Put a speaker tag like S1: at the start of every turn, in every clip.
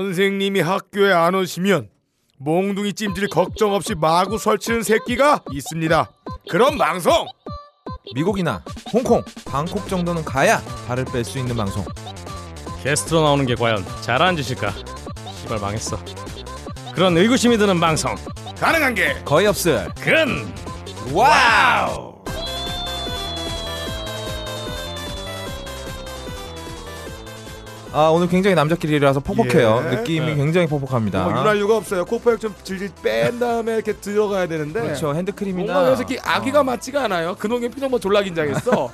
S1: 선생님이 학교에 안 오시면 몽둥이 찜질 걱정 없이 마구 설치는 새끼가 있습니다. 그런 방송
S2: 미국이나 홍콩, 방콕 정도는 가야 발을 뺄 수 있는 방송.
S3: 게스트로 나오는 게 과연 잘하는 짓일까? 시발 망했어. 그런 의구심이 드는 방송.
S1: 가능한 게
S2: 거의 없을.
S3: 근
S2: 와우. 아 오늘 굉장히 남자끼리라서 퍽퍽해요.
S1: 예.
S2: 느낌이
S3: 네.
S2: 굉장히 퍽퍽합니다.
S1: 뭐 유난류가 없어요. 코프액 좀 질질 뺀 다음에 이렇게 들어가야 되는데
S2: 그렇죠. 핸드크림이나
S4: 뭔가 이 새끼 아기가 맞지가 않아요. 근홍이 표정 뭐 졸라 긴장했어. 어.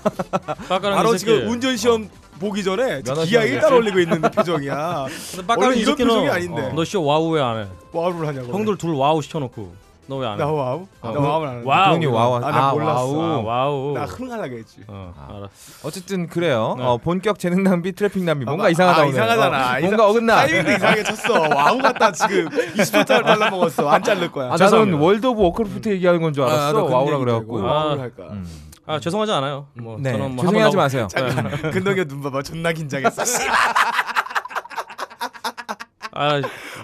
S3: 빠까랑
S1: 바로 지금 운전 시험 보기 전에
S2: 면허
S1: 기아
S2: 시험이야.
S1: 1단 올리고 있는 표정이야. 원래 이런 어. 표정이 아닌데.
S3: 너쇼 와우 왜 안 해?
S1: 와우를 뭐 하냐고.
S3: 형들 둘 와우 시켜놓고 너 왜 안 해?
S1: 나 와우.
S4: 아,
S1: 나
S4: 뭐?
S3: 어.
S1: 와우를 안 해.
S3: 와우.
S2: 형이 와우.
S1: 아, 나
S2: 아,
S1: 몰랐어.
S2: 와우.
S3: 아, 와우.
S1: 나 흥하려고 했지.
S3: 어, 알았어.
S2: 어쨌든 그래요.
S3: 네.
S2: 어, 본격 재능 낭비 트래핑 낭비 뭔가
S1: 아,
S2: 이상하다
S1: 아,
S2: 오늘.
S1: 이상하잖아.
S2: 어,
S1: 이상-
S2: 뭔가 어긋나.
S1: 타이밍도 이상하게 쳤어. 와우 같다 지금. 20초짜리 발라먹었어. 안 자를 거야.
S2: 아, 나는
S3: 죄송합니다.
S2: 월드 오브 워크래프트 얘기하는 건 줄 알았어.
S1: 아, 나도 그런 얘기도
S2: 와우라 아, 그래갖고.
S1: 되고.
S3: 아.
S1: 와우를 할까.
S2: 음.
S3: 아 죄송하지 않아요. 뭐
S2: 네.
S3: 저는 뭐
S2: 죄송해하지
S3: 한번
S2: 마세요.
S3: 나오고- 네.
S1: 그 근덕이 눈 봐봐. 존나 긴장했어.
S3: 아,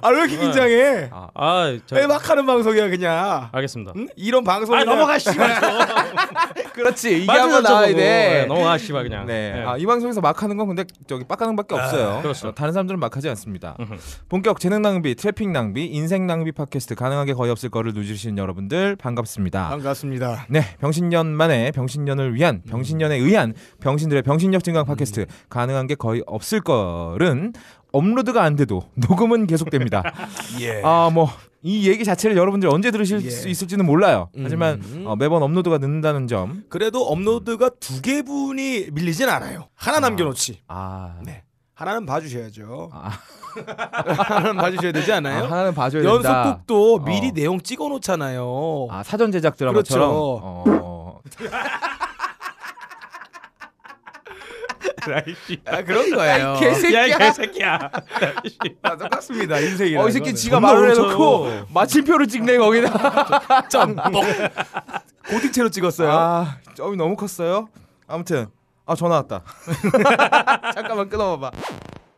S1: 아 왜 이렇게 긴장해?
S3: 아, 아, 저,
S1: 빼박 하는 방송이야 그냥.
S3: 알겠습니다.
S2: 음,
S1: 응? 이런 방송.
S3: 아 넘어가 씨발.
S2: 그렇지. 이게
S3: 맞아,
S2: 한번 나와야
S3: 저거.
S2: 돼.
S3: 네, 넘어가 씨발 그냥.
S2: 네.
S3: 네.
S2: 아, 이 방송에서 막 하는 건 근데 저기 빡가능밖에 없어요.
S3: 그렇죠.
S2: 어, 다른 사람들은 막 하지 않습니다.
S3: 음흠.
S2: 본격 재능 낭비, 트래핑 낭비, 인생 낭비 팟캐스트 가능하게 거의 없을 거를 누리시는 여러분들 반갑습니다.
S3: 아.
S1: 반갑습니다.
S2: 네, 병신년 만에 병신년을 위한
S3: 음.
S2: 병신년에 의한 병신들의 병신력 증강 팟캐스트 가능한 게 거의 없을 거는 업로드가 안 돼도 녹음은 계속됩니다.
S3: 네.
S1: 예.
S2: 아 뭐 이 얘기 자체를 여러분들 언제 들으실
S1: 예.
S2: 수 있을지는 몰라요. 하지만
S4: 음.
S2: 어, 매번 업로드가 늦는다는 점.
S1: 그래도 업로드가 두 개분이 밀리진 않아요. 하나 남겨놓지.
S2: 아,
S1: 네. 하나는 봐주셔야죠.
S2: 아.
S1: 하나는 봐주셔야 되지
S2: 아,
S1: 않아요?
S2: 하나는 봐줘야 된다.
S4: 연속극도 미리
S2: 어.
S4: 내용 찍어놓잖아요.
S2: 아 사전 제작 드라마처럼.
S4: 그렇죠.
S2: 어, 어.
S4: 아, 그런 거예요.
S3: 야, 이 개새끼야.
S2: 네.
S1: 아, 똑같습니다. 인생이라.
S2: 어, 이 새끼 지가 말을
S3: 존나
S2: 해놓고 마침표를 찍네 거기다.
S1: 짬. 고딕체로 찍었어요.
S2: 아 뭐- 점이 너무 컸어요. 아무튼 아 전화 왔다.
S4: 잠깐만 끊어봐봐.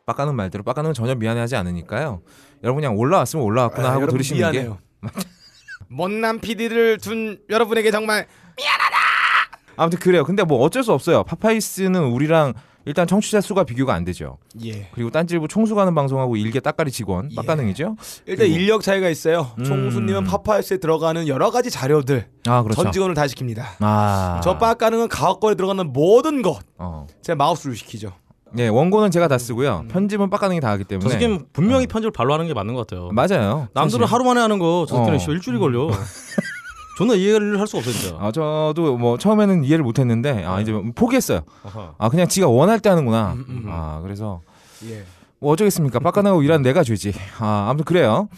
S2: 빡가는 말대로 빡가는 전혀 미안해하지 않으니까요. 여러분 그냥 올라왔으면 올라왔구나
S1: 아,
S2: 하고
S1: 여러분
S2: 들으시는
S1: 미안해요. 못난 PD를 둔 여러분에게 정말
S2: 게 아무튼 그래요. 근데 뭐 어쩔 수 없어요. 파파이스는 우리랑 일단 청취자 수가 비교가 안 되죠.
S1: 예.
S2: 그리고 딴질부 총수가는 방송하고 일개 따까리 직원
S1: 예.
S2: 빡가능이죠.
S1: 일단
S2: 그리고-
S1: 인력 차이가 있어요.
S2: 음.
S1: 총수님은 파파이스에 들어가는 여러 가지 자료들
S2: 아 그렇죠.
S1: 전 직원을 다 시킵니다.
S2: 아.
S1: 저 빡가능은 가업권에 들어가는 모든 것
S2: 어.
S1: 제 마우스로 시키죠.
S2: 네 원고는 제가 다
S1: 음.
S2: 쓰고요. 편집은 빡가능이 다 하기
S3: 저
S2: 때문에.
S3: 새끼는 분명히 편집을 발로 하는 게 맞는 것
S1: 뭐-
S3: 같아요.
S2: 맞아요.
S3: 남들은 하루 만에 하는 거 저 새끼는
S2: 어.
S3: 씨 일주일이 걸려. 존나 이해를 할 수가 없어 진짜.
S2: 아 저도 뭐 처음에는 이해를 못했는데 아 이제 포기했어요.
S3: 어허.
S2: 아 그냥 지가 원할 때 하는구나.
S1: 네. 음, 음.
S2: 아 그래서
S1: 예.
S2: 뭐 어쩌겠습니까? 빡가나고 일한 내가 죄지. 아 아무튼 그래요.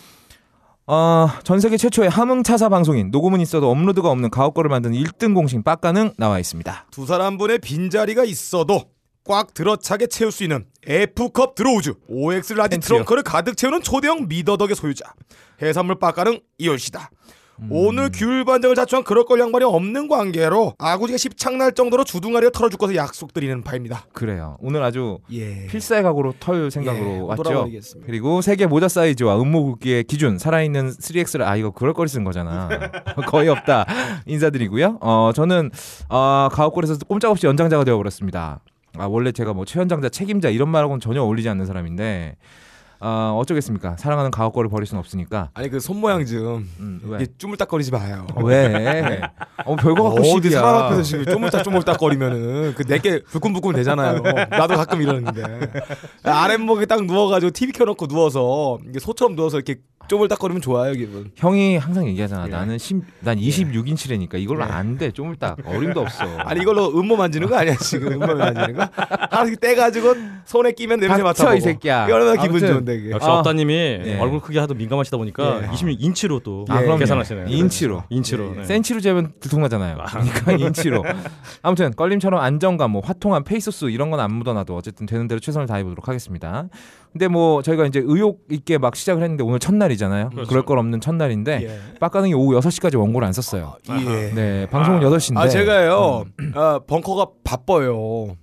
S2: 어전 세계 최초의 함흥차사 방송인 녹음은 있어도 업로드가 없는 가옥거를 만든 1등 공신 빡가능 나와 있습니다.
S1: 두 사람분의 빈자리가 있어도 꽉 들어차게 채울 수 있는 F컵 드로우즈 OX 라지
S2: 팬츠요.
S1: 트렁크를 가득 채우는 초대형 미더덕의 소유자 해산물 빡가는 이올씨다
S2: 음.
S1: 오늘 규율 반정을 자초한 그럴 걸 양반이 없는 관계로 아구지가 십창날 정도로 주둥아리를 털어줄 것을 약속드리는 바입니다
S2: 그래요. 오늘 아주
S1: 예
S2: 필사의 각오로 털 생각으로
S1: 예,
S2: 왔죠.
S1: 돌아버리겠습니다.
S2: 그리고 세계 모자 사이즈와 음모 굵기의 기준 살아있는 3X를 아 이거 그럴거리 쓴 거잖아. 거의 없다. 인사드리고요. 어 저는 어, 가옥골에서 꼼짝없이 연장자가 되어버렸습니다. 아 원래 제가 뭐 최연장자 책임자 이런 말하고는 전혀 어울리지 않는 사람인데 어, 어쩌겠습니까. 사랑하는 가옥골을 버릴 순 없으니까.
S1: 아니 그 손모양 좀
S2: 음, 왜?
S1: 이게 쪼물딱거리지 마요
S2: 어, 왜? 어 별거 갖고
S1: 어디
S2: 시비야.
S1: 사람 앞에서 지금 쪼물딱 쪼물딱거리면은 그 내게 불끈불끈 되잖아요. 나도 가끔 이러는데 아랫목에 딱 누워가지고 TV 켜놓고 누워서 이게 소처럼 누워서 이렇게 쪼물딱거리면 좋아요 기분.
S2: 형이 항상
S1: 예.
S2: 얘기하잖아. 나는 10, 난 26인치래니까 이걸로 안 돼. 쪼물딱 어림도 없어.
S1: 아니 이걸로 음모 만지는 거 아니야 지금 음모 만지는 거? 하나씩 떼가지고 손에 끼면 냄새
S2: 닥쳐,
S1: 맡아보고.
S2: 이 새끼야.
S1: 이거 얼마나 기분
S2: 아무튼.
S1: 좋은데 이게.
S3: 역시
S2: 아.
S3: 업다님이
S2: 예.
S3: 얼굴 크기 하도 민감하시다 보니까
S1: 예.
S3: 26인치로 또
S2: 아, 그럼요.
S3: 예, 계산하시네요.
S2: 인치로.
S3: 인치로. 네.
S2: 센치로 재면 들통나잖아요. 그러니까 인치로. 아무튼 껄림처럼 안정감, 뭐 화통함, 페이소스 이런 건 안 묻어놔도 어쨌든 되는 대로 최선을 다해보도록 하겠습니다. 근데 뭐 저희가 이제 의욕 있게 막 시작을 했는데 오늘 첫날이잖아요.
S3: 그렇죠.
S2: 그럴걸 없는 첫날인데
S1: 예.
S2: 빡가능이 오후 6시까지 원고를 안
S3: 아,
S2: 썼어요.
S1: 예.
S2: 네, 방송은 8시인데.
S1: 아 제가요 아, 벙커가 바빠요.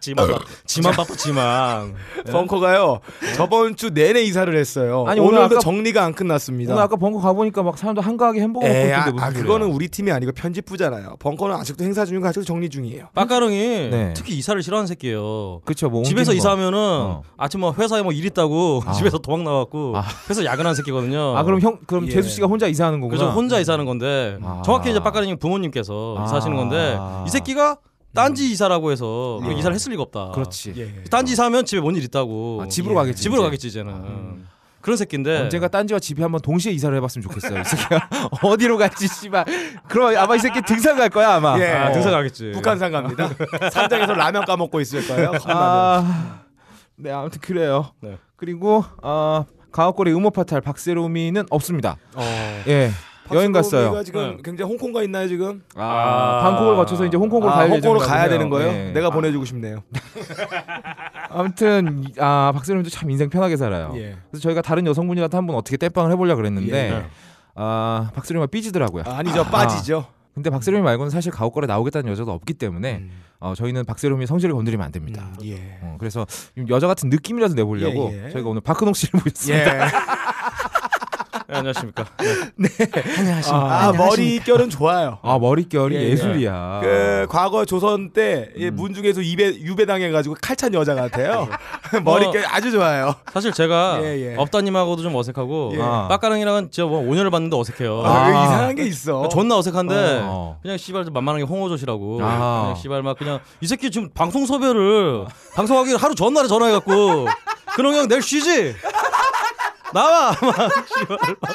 S3: 지만 바, 지만 바빠 지만.
S1: 벙커가요 저번 주 내내 이사를 했어요.
S2: 네? 아니, 오늘
S1: 오늘도
S2: 아까-
S1: 정리가 안 끝났습니다.
S2: 오늘 아까 벙커 가보니까 막 사람들 한가하게 햄버거 먹고
S3: 예,
S1: 에이, 아,
S2: 있던데 무슨
S1: 아,
S2: 소리야.
S1: 그거는 우리 팀이 아니고 편집부잖아요. 벙커는 아직도 행사 중이고 아직도 정리 중이에요.
S3: 빡가릉이
S2: 네.
S3: 특히 이사를 싫어하는 새끼예요.
S2: 그쵸 뭐 옮기는 거.
S3: 집에서 이사하면은
S2: 어.
S3: 아침 뭐 회사에 뭐 일 있다고
S2: 아.
S3: 집에서 도망 나왔고
S2: 아.
S3: 회사 야근한 새끼거든요.
S2: 아 그럼 형 그럼
S1: 예.
S2: 재수 씨가 혼자 이사하는 거구나.
S3: 그래서 혼자 이사하는 건데
S2: 아.
S3: 정확히 이제 빡가릉이 부모님께서
S2: 아.
S3: 이사하시는 건데 이 새끼가 딴지 이사라고 해서 그
S2: 예.
S3: 이사를 했을 리가 없다.
S2: 그렇지.
S1: 예.
S3: 딴지 이사하면 집에 뭔 일 있다고. 예.
S2: 아, 집으로 가겠지.
S3: 집으로
S2: 이제. 아, 음.
S3: 가겠지 이제는. 음. 그런
S1: 네.
S3: 새끼인데
S2: 언젠가 딴지와 집이 한번 동시에 이사를 해봤으면 좋겠어요. 이 새끼야 어디로 갈지 씨발. 그럼 아마 이 새끼 등산 갈 거야 아마.
S1: 예.
S3: 아,
S1: 어.
S3: 등산 가겠지.
S1: 북한산 갑니다. 산장에서 라면 까먹고 있을 거예요. 아...
S2: 아, 네 아무튼 그래요.
S3: 네.
S2: 그리고 아 가옥골의 음모 파탈 박세롬이는 없습니다.
S3: 어.
S2: 예. 여행 갔어요.
S1: 지금
S3: 네.
S1: 굉장히 홍콩 가 있나요 지금?
S2: 아, 방콕을 거쳐서 이제 홍콩으로
S1: 아,
S2: 가야
S1: 홍콩으로
S2: 예정이라고
S1: 가야
S2: 해요.
S1: 되는 거예요?
S2: 예.
S1: 내가 보내주고 싶네요.
S2: 아무튼 이- 아 박세롬도 참 인생 편하게 살아요.
S1: 예.
S2: 그래서 저희가 다른 여성분이라도 한번 어떻게 땜빵을 해보려 그랬는데
S3: 예.
S2: 아 박세롬이 삐지더라고요.
S1: 아, 아니죠 빠지죠.
S2: 근데 박세롬이 말고는 사실 가옥걸에 나오겠다는 여자도 없기 때문에
S1: 음.
S2: 어, 저희는 박세롬이 성질을 건드리면 안 됩니다.
S1: 음, 예.
S2: 어, 그래서 좀 여자 같은 느낌이라도 내보려고
S1: 예, 예.
S2: 저희가 오늘 박근홍 씨를 모셨습니다.
S1: 예.
S3: 네, 안녕하십니까.
S1: 아 머릿결은 좋아요.
S2: 아 머릿결이
S1: 예, 예.
S2: 예, 술이야
S1: 그 과거 조선 때 예, 문중에서 유배 유배당해가지고 칼찬 여자 같아요. 머릿결 아주 좋아요.
S3: 사실 제가
S1: 예, 예.
S3: 업다님하고도 좀 어색하고
S1: 예.
S2: 아.
S3: 빡가릉이랑은 진짜 뭐 5년을 봤는데 어색해요.
S1: 아, 이거 이상한 게 있어.
S3: 존나 어색한데
S2: 어.
S3: 그냥 씨발 좀 만만한 게 홍호조시라고
S2: 아.
S3: 그냥 씨발 막 그냥 이 새끼 지금 방송 섭외를 방송하기 하루 전날에 전화해갖고 그럼 그냥 내일 쉬지 나와 막 씨발 막.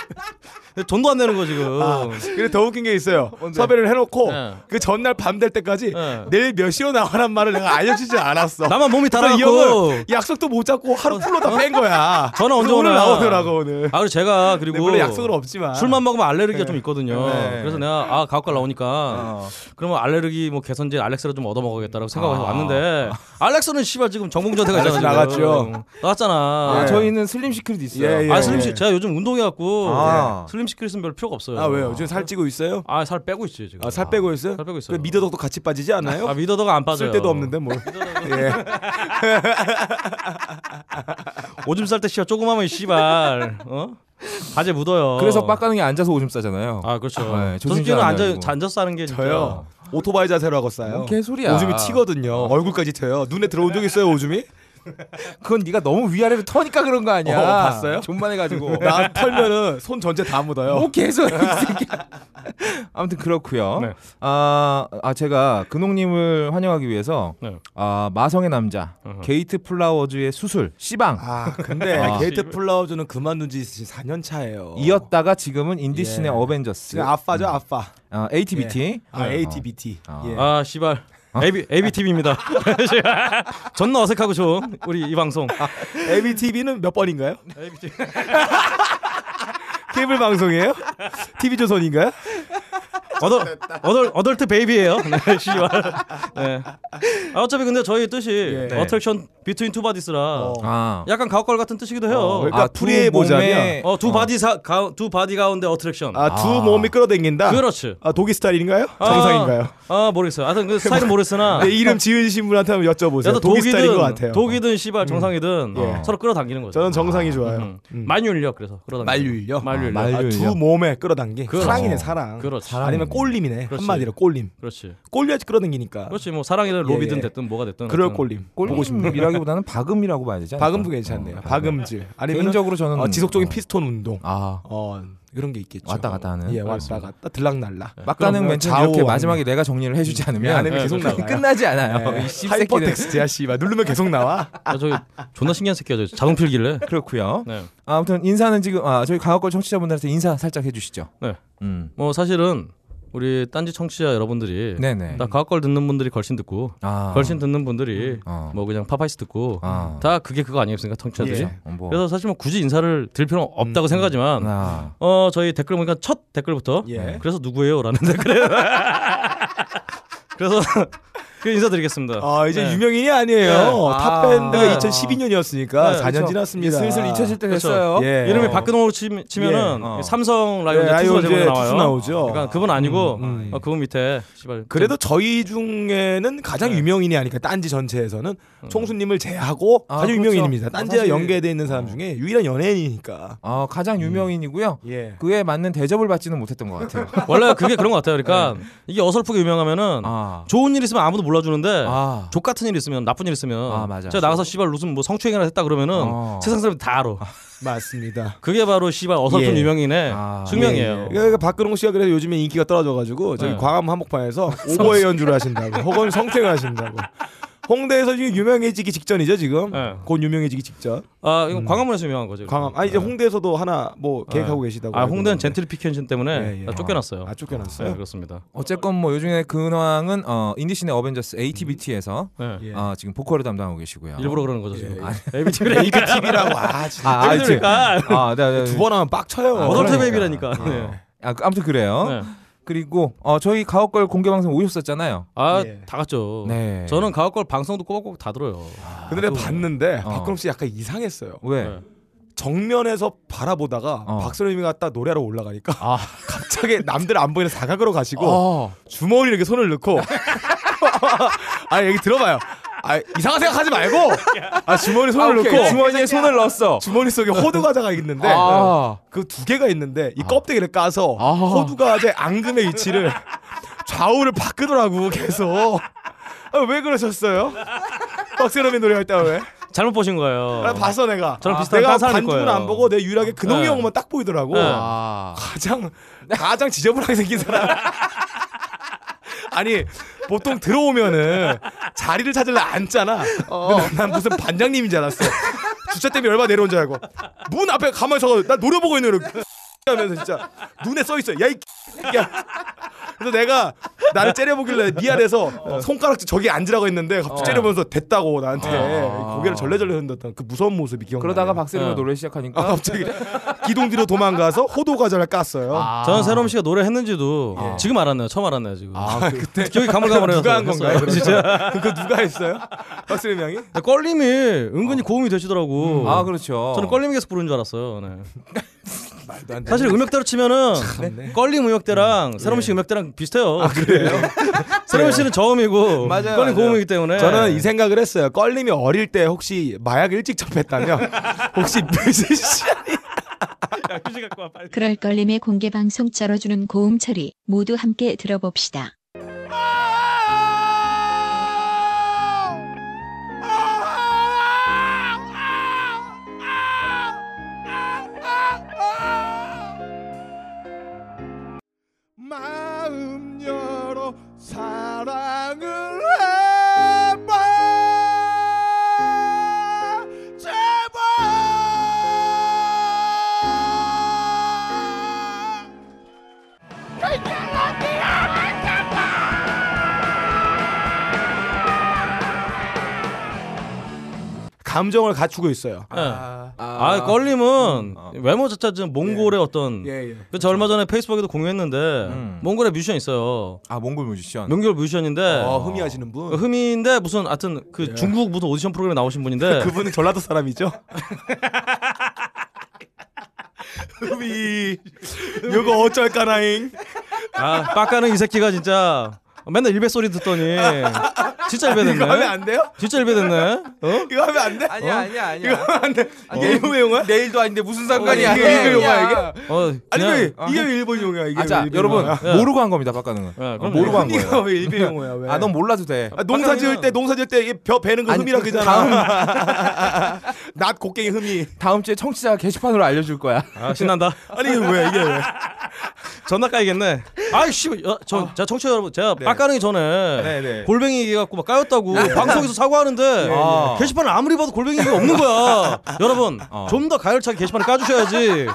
S3: 돈도 안 내는 거 지금
S1: 아, 그래 더 웃긴 게 있어요. 섭외를 해놓고
S3: 예.
S1: 그 전날 밤 될 때까지
S3: 예.
S1: 내일 몇 시로 나와란 말을 내가 알려주지 않았어.
S3: 나만 몸이
S1: 그래서 이 형을
S3: 달아갖고
S1: 약속도 못 잡고 하루 풀로 다 뺀 거야.
S3: 전화 언제
S1: 그래서 오늘
S3: 오나.
S1: 나오더라고 오늘.
S3: 아 그리고 제가 그리고
S1: 네, 물론 약속은 없지만
S3: 술만 먹으면 알레르기가 좀 있거든요.
S1: 네. 어.
S3: 그래서 내가 아 가옥갈 나오니까 그러면 알레르기 뭐 개선제 알렉스를 좀 얻어먹어야겠다라고 생각해서
S2: 아.
S3: 왔는데 알렉스는 씨발 지금 정봉전태가 있잖아.
S1: 알렉스
S3: 지금.
S1: 나갔죠.
S3: 나갔잖아.
S2: 아,
S1: 예.
S2: 저희는 슬림 시크릿이 있어요. 네.
S1: 예, 예.
S3: 아 슬림 씨 제가 요즘 운동해갖고
S2: 아.
S3: 슬림 시크릿은 별 필요가 없어요.
S1: 아 왜요? 요즘 살 찌고 있어요?
S3: 아살 빼고 있어요 지금.
S1: 아, 살 빼고 있어요?
S3: 살 빼고 있어요.
S1: 그 미더덕도 같이 빠지지 않나요?
S3: 아 미더더가 안 빠져요.
S1: 쓸 데도 없는데 뭘? 예.
S3: 오줌 쌀 때 씨발 조그마한 씨발 어 바지 묻어요.
S2: 그래서 빡가는 게 앉아서 오줌 싸잖아요.
S3: 아 그렇죠.
S2: 네,
S3: 저
S2: 조심히
S3: 새끼는
S2: 안
S3: 앉아
S2: 해가지고.
S3: 앉아 싸는 게 진짜.
S1: 예, 저요. 오토바이 자세로 하고 싸요.
S2: 뭔 개소리야.
S1: 오줌이 튀거든요. 얼굴까지 튀어요. 눈에 들어온 적 있어요 오줌이?
S2: 그건 네가 너무 위아래로 터니까 그런 거 아니야.
S1: 어, 봤어요?
S2: 존만 해가지고.
S1: 나 털면은 손 전체 다 묻어요.
S2: 뭐 계속 이 새끼. 아무튼 그렇고요.
S3: 네.
S2: 아, 아 제가 근홍님을 환영하기 위해서
S3: 네.
S2: 아 마성의 남자
S3: 어허.
S2: 게이트 플라워즈의 수술 시방
S1: 아 근데
S2: 아.
S1: 게이트 플라워즈는 그만둔 지 4년 차예요.
S2: 어. 이었다가 지금은 인디씬의
S1: 예.
S2: 어벤져스
S1: 지금 아빠죠 아빠.
S2: 아, ATBT
S1: 아 ATBT.
S2: 아.
S1: 예.
S3: 아 씨발. AB, ABTV입니다. 존나 어색하고 좀 우리 이 방송.
S1: 아, 예.
S3: 네.
S1: ABTV는 몇 번인가요?
S3: ABTV.
S1: 케이블 방송이에요? TV 조선인가요?
S3: 어덜 어덜 어덜트 베이비예요. 네, 씨발. 네. 아, 어차피 근데 저희 뜻이 네.
S1: 예.
S3: 어트랙션 비트윈 투 바디스라
S2: 아,
S3: 약간 가옥걸 같은 뜻이기도 해요.
S1: 어,
S3: 어,
S1: 그러니까
S2: 아, 두
S1: 풀이해 보자면
S2: 몸에-
S3: 두 바디 사, 가, 두 바디 가운데 어트랙션.
S1: 아 두
S2: 아.
S1: 몸이 끌어당긴다.
S3: 그렇지.
S1: 아 독일 스타일인가요?
S3: 아,
S1: 정상인가요?
S3: 아 모르겠어요. 하여튼 그 스타일은 모르겠으나
S1: 네, 이름 지으신 분한테 한번
S3: 여튼
S1: 여쭤보세요. 독일 스타일인 것
S3: 독이든
S1: 같아요. 어. 음.
S3: 독이든 씨발 정상이든
S1: 예.
S3: 서로 끌어당기는 거죠.
S1: 저는 정상이 좋아요.
S3: 음.
S1: 음.
S3: 만유인력 그래서 끌어당기는
S1: 만유인력?
S3: 거. 만유인력.
S2: 아,
S1: 아,
S2: 만유인력.
S1: 두 몸에 끌어당기.
S3: 그렇죠.
S1: 사랑이네 사랑.
S3: 그렇지.
S1: 아니면 꼴림이네
S3: 그렇지.
S1: 한마디로 꼴림.
S3: 그렇지.
S1: 꼴려야지 끌어당기니까.
S3: 그렇지. 뭐 사랑이든
S1: 예,
S3: 로비든
S1: 예.
S3: 됐든 뭐가 됐든.
S1: 그럴
S3: 하여튼.
S1: 꼴림. 보고 싶네요.
S2: 꼴림이라기보다는 박음이라고 봐야 되지 않을까?
S1: 박음도 괜찮네요.
S2: 어,
S1: 박음질. 아니면
S2: 개인적으로 저는
S1: 어, 지속적인
S2: 어,
S1: 피스톤 운동.
S2: 아
S1: 어 그런 게 있겠죠.
S2: 왔다 갔다 네, 하는.
S1: 예 왔다 갔다 들락날락.
S2: 막가는
S1: 네. 그러면
S2: 멘트
S1: 좌우
S2: 이렇게
S1: 아니면-
S2: 마지막에 내가 정리를 해주지
S1: 예,
S2: 않으면
S1: 안 하면 계속
S3: 예,
S1: 나와요.
S2: 네,
S1: 네.
S2: 끝나지 않아요. 이 씹새끼는
S1: 하이퍼텍스트야 씨발 누르면 계속 나와.
S3: 아, 저기 존나 신기한 새끼야. 저 자동 필기래.
S2: 그렇고요.
S3: 네.
S2: 아무튼 인사는 지금 아 저희 강학골 청취자분들한테 인사 살짝 해주시죠.
S3: 네.
S2: 음.
S3: 뭐 사실은 우리 딴지 청취자 여러분들이
S2: 네네.
S3: 다 가옥걸 듣는 분들이 걸신 듣고
S2: 아.
S3: 걸신 듣는 분들이
S1: 아.
S2: 어.
S3: 뭐 그냥 파파이스 듣고
S2: 아.
S3: 다 그게 그거 아니겠습니까 청취자들이
S1: 예.
S2: 어, 뭐.
S3: 그래서 사실 뭐 굳이 인사를 드릴 필요는
S1: 음,
S3: 없다고 생각하지만
S2: 아.
S3: 어 저희 댓글 보니까 첫 댓글부터
S1: 네. 예.
S3: 그래서 누구예요라는 댓글에 그래서 그 인사드리겠습니다.
S1: 아 이제
S3: 네.
S1: 유명인이 아니에요.
S2: 네.
S1: 탑밴드가
S2: 아.
S1: 2012년이었으니까
S3: 네,
S1: 4년
S2: 그렇죠.
S1: 지났습니다. 네,
S2: 슬슬 잊혀질 때 됐어요.
S1: 그렇죠. 예.
S3: 이름이
S1: 어.
S3: 박근홍으로 치, 치면은
S2: 예, 어.
S3: 삼성
S1: 네,
S3: 라이온즈 투수가
S1: 라이온즈의
S3: 제목에 나와요.
S1: 투수 나오죠.
S3: 그러니까 그분 아니고
S2: 음, 음.
S3: 어, 그분 밑에 씨발
S1: 어. 그래도 저희 중에는 가장
S3: 네.
S1: 유명인이 아니까 딴지 전체에서는 총수님을 제하고
S2: 아,
S1: 가장
S2: 그렇죠.
S1: 유명인입니다. 딴지와
S2: 사실-
S1: 연계돼 있는 사람 중에 유일한 연예인이니까.
S2: 아, 가장 유명인이고요.
S1: 예.
S2: 그에 맞는 대접을 받지는 못했던 것 같아요.
S3: 원래 그게 그런 것 같아요. 그러니까
S1: 네.
S3: 이게 어설프게 유명하면은
S2: 아,
S3: 좋은 일 있으면 아무도 몰라주는데
S2: 아,
S3: 족 같은 일 있으면 나쁜 일 있으면
S2: 아, 맞아.
S3: 제가 나가서 씨발 무슨 뭐 성추행이나 했다 그러면은
S2: 어.
S3: 세상 사람들 다 알아.
S1: 맞습니다.
S3: 그게 바로 씨발 어설픈
S1: 예.
S3: 유명인의
S2: 아,
S3: 숙명이에요.
S1: 예. 그러니까 박근홍 씨가 그래서 요즘에 인기가 떨어져가지고 저기
S3: 네.
S1: 광화문 한복판에서 오버의 연주를 하신다고, 혹은 성태를 하신다고. 홍대에서 지금 유명해지기 직전이죠 지금.
S3: 네.
S1: 곧 유명해지기 직전.
S3: 아 이건 광화문에서 유명한 거죠.
S1: 음. 광화문. 아 이제 홍대에서도 하나 뭐 계획하고 계시다고.
S3: 아
S1: 알고
S3: 홍대는
S1: 있는데.
S3: 젠틀피케이션 때문에
S1: 예, 예.
S3: 나 쫓겨났어요.
S1: 아 쫓겨났어요.
S3: 네, 그렇습니다.
S2: 어쨌건 뭐 요즘에 근황은 어, 인디신의 어벤져스 ATBT에서
S3: 네.
S1: 예.
S2: 어, 지금 보컬을 담당하고 계시고요.
S3: 일부러 그러는 거죠 지금.
S1: 예.
S3: 에비티브레 이
S1: 그 TV라고 아
S2: 아,
S1: 진짜.
S2: 아, 지금-
S3: 까
S2: 아, 네, 네, 네.
S1: 두 번 하면 빡쳐요.
S2: 아,
S3: 어덜트
S2: 그러니까.
S3: 베이비라니까.
S1: 예.
S3: 네.
S2: 아, 그- 아무튼
S1: 어?
S2: 그래요.
S3: 네.
S2: 그리고 어, 저희 가옥걸 공개 방송 오셨었잖아요.
S3: 아,
S1: 예.
S3: 다 갔죠.
S2: 네.
S3: 저는 가옥걸 방송도 꼬박꼬박 다 들어요.
S1: 근데 내가 봤는데
S2: 어.
S1: 박근홍 씨 약간 이상했어요.
S2: 왜?
S3: 네.
S1: 정면에서 바라보다가
S2: 어.
S1: 박선영이 갔다 노래하러 올라가니까
S2: 아.
S1: 갑자기 남들 안 보이는 사각으로 가시고
S2: 어.
S1: 주머니 이렇게 손을 넣고 아 얘기 들어봐요. 아 이상한 생각하지 말고 아 주머니
S2: 아,
S1: 손을
S2: 오케이.
S1: 넣고 주머니,
S2: 주머니에 손을 넣었어.
S1: 속에 호두 과자가 있는데
S2: 아.
S1: 그 두 개가 있는데 이 껍데기를 까서
S2: 아.
S1: 호두 과자의 앙금의 위치를 좌우를 바꾸더라고 계속 아, 왜 그러셨어요? 박선영이 노래할 때 왜?
S3: 잘못 보신 거예요.
S1: 나 봤어 내가.
S3: 저랑
S1: 아,
S3: 비슷한
S1: 내가
S3: 딴 사람일
S1: 반죽은
S3: 거예요.
S1: 안 보고 내 유일하게 근홍이
S3: 네.
S1: 형만 딱 보이더라고.
S3: 네.
S2: 아.
S1: 가장 가장 지저분하게 생긴 사람. 아니 보통 들어오면은 자리를 찾으려 앉잖아.
S2: 어.
S1: 근데 난 무슨 반장님인 줄 알았어. 주차 때문에 얼마 내려온 줄 알고 문 앞에 가만히 서가 나 노려보고 있는 이렇게 하면서 진짜 눈에 써 있어. 야이 야. 그래서 내가 나를 째려보길래 미안해서 손가락질 저기 앉으라고 했는데 갑자기 째려보면서 됐다고 나한테
S2: 어.
S1: 고개를 절레절레 흔들던 그 무서운 모습이 기억나.
S2: 그러다가 박세리가
S3: 네.
S2: 노래
S1: 아,
S2: 시작하니까
S1: 갑자기 기둥 뒤로 도망가서 호두 과자를 깠어요.
S2: 아. 그,
S3: 저는 새롬 씨가 노래했는지도 지금 알았네요. 처음 알았네요 지금.
S2: 아, 그,
S3: 기억이 가물가물해서
S1: 누가 한
S3: 했어요.
S1: 건가요? 진짜 그거 누가 했어요? 박수림 형이?
S3: 껄림이 은근히 고음이 되시더라고.
S2: 아 그렇죠.
S3: 저는 껄림에서 부르는 줄 알았어요. 네. 사실 음역대로 치면은
S1: 참네. 아,
S3: 껄림 음역대랑 새롬 씨 음역대랑 비슷해요. 그래요? 새롬 씨는 저음이고
S2: 맞아요, 맞아요.
S3: 껄림 고음이기 때문에
S1: 저는 이 생각을 했어요. 껄림이 어릴 때 혹시 마약 일찍 접했다면 혹시 뮤지션
S5: 그럴 걸림의 공개 방송 쩔어주는 고음 처리 모두 함께 들어봅시다.
S1: 마음 열어 사랑을 해봐 제발 감정을 갖추고 있어요.
S3: 네. 아, 껄림은 외모 자체가 지금 몽골의 어떤
S1: 예예.
S3: 그저 얼마 전에 페이스북에도 공유했는데
S1: 음.
S3: 몽골에 뮤지션 있어요.
S2: 아 몽골 뮤지션.
S3: 몽골 뮤지션인데 그
S1: 어, 흠이하시는 분.
S3: 흠인데 무슨 하여튼 그 중국 무슨 오디션 프로그램에 나오신 분인데
S1: 예. 그분은 전라도 사람이죠? 흠이 요거 어쩔까나잉
S3: 아 빡가는 이 새끼가 진짜 맨날 일베 소리 듣더니 진짜 일베
S1: 이거 하면
S3: 됐네.
S1: 안 돼요?
S3: 진짜 일베 됐네. 어?
S1: 이거 하면 안 돼?
S2: 아니야 아니야 아니야.
S1: 이거 하면 안 돼? 이게 일본 용어야?
S2: 내일도 아닌데 무슨
S1: 어, 이게
S2: 아니야,
S1: 이거
S2: 아니야.
S1: 용어야,
S3: 어
S1: 아니
S3: 그냥-
S1: 왜
S2: 어.
S1: 이게 왜 일본 용어야 이게
S2: 아, 자
S1: 왜 일본
S2: 여러분
S1: 용어야?
S3: 예.
S2: 모르고 한 겁니다 박가능은.
S3: 예,
S2: 어,
S3: 그럼요.
S2: 모르고 한
S1: 네. 흠이가
S2: 거예요.
S1: 왜 일본 용어야 왜?
S2: 아 넌 몰라도 돼.
S1: 아, 농사 지을 때 농사 지을 때 이게 벼 베는 거
S2: 아니,
S1: 흠이라 그잖아. 낫 곡괭이 흠이.
S2: 다음 주에 청취자 게시판으로 알려줄 거야.
S3: 아 신난다.
S1: 아니 이게 왜 이게 왜?
S3: 전화 까이겠네. 아이씨, 어, 저, 제 청취자 여러분, 제가
S1: 네.
S3: 빡가능이 전에
S2: 네, 네.
S3: 골뱅이 얘기갖고 막 까였다고 방송에서 사과하는데 아,
S2: 예.
S1: 어.
S3: 게시판을 아무리 봐도 골뱅이 얘기가 없는 거야. 여러분, 좀 더 가열차게 게시판을 까주셔야지.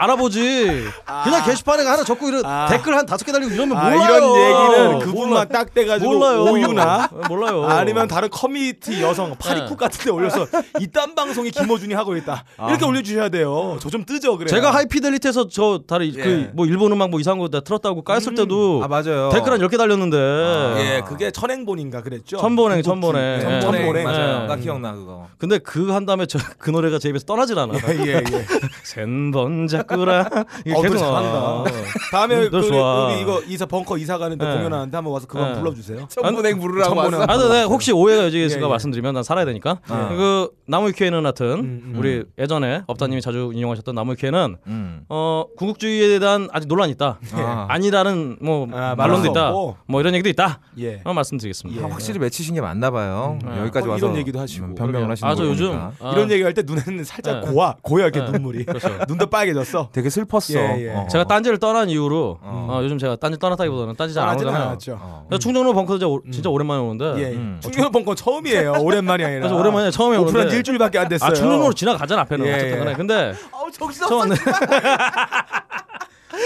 S3: 알아보지. 그냥 게시판에 하나 적고 이런 댓글 한 다섯 개 달리고 이러면
S1: 아,
S3: 몰라요.
S1: 이런 얘기는 그분만
S3: 몰라.
S1: 딱 돼가지고
S3: 몰라요.
S1: 오유나
S3: 어, 몰라요.
S1: 아니면 다른 커뮤니티 여성 파리쿡 같은 데 올려서 이딴 방송이 김어준이 하고 있다 이렇게 올려주셔야 돼요 저 좀 뜨죠 그래
S3: 제가 하이피델리티에서 저 다리
S4: 예.
S3: 그뭐 일본 음악 뭐 이상한 거 다 틀었다고
S1: 음.
S3: 까였을 때도
S2: 아 맞아요.
S3: 댓글 한 10개 달렸는데.
S1: 어. 예 그게 천행본인가 그랬죠
S3: 천번행, 천번행.
S1: 예,
S2: 네,
S1: 천번행
S2: 네, 맞아요.
S3: 네.
S2: 나 기억나 그거.
S3: 근데 그 한 다음에 저 그 노래가 제 입에서 떠나질 않아.
S1: 예예
S3: 센번자꾸라.
S1: 어, 노래 잘한다. 다음에
S3: 음,
S1: 그
S3: 너 좋아.
S1: 우리 이거 이사 벙커 이사 가는데
S3: 예.
S1: 공연하는데 한번 와서 그거
S3: 예.
S1: 한번 불러주세요
S2: 천문행 부르라고
S1: 천문행.
S2: 왔어.
S3: 아, 근데 혹시 오해가 여지가
S1: 예, 예.
S3: 말씀드리면 난 살아야 되니까.
S2: 아.
S3: 그 나무위키에는 하여튼
S1: 음,
S3: 우리 예전에 업다님이 자주 인용하셨던 나무위키에는
S2: 음.
S3: 어 궁극주의에 대한 아직 논란이 있다.
S2: 아.
S3: 아니라는 뭐
S1: 아, 말할 수
S3: 말론도 있다.
S1: 없고.
S3: 뭐 이런 얘기도 있다.
S1: 예
S3: 어, 말씀드리겠습니다.
S1: 예.
S2: 아, 확실히 맺히신 게 맞나 봐요. 네,
S3: 음.
S2: 여기까지
S1: 어,
S2: 와서
S1: 이런 얘기도 하시고.
S2: 음, 변명을 하시는
S3: 아 저
S2: 거
S3: 요즘
S2: 보니까.
S3: 아,
S1: 어. 이런 얘기할 때 눈에는 살짝
S3: 예.
S1: 고와 고야 이렇게
S3: 예.
S1: 눈물이
S3: 그렇죠.
S1: 눈도 빨개졌어
S2: 되게 슬펐어.
S1: 예, 예.
S2: 어.
S3: 제가 딴지를 떠난 이후로
S2: 어.
S3: 어, 요즘 제가 딴지 떠났다기보다는 딴지 잘 안
S1: 떠나지는
S3: 오잖아요.
S1: 않았죠
S2: 어.
S3: 그래서 충정로 벙커도 진짜, 오- 진짜 오랜만에 오는데
S1: 예
S2: 음.
S1: 충격 벙커 처음이에요 오랜만이 아니라
S3: 그래서 오랜만에 처음에
S1: 오픈한 지
S3: 오는데
S1: 일주일밖에 안 됐어요
S3: 아 충정로로 지나가잖아 앞에는
S1: 예,
S3: 어쨌든
S1: 예.
S3: 간에. 근데
S4: 아우 정신없어.
S3: 처음에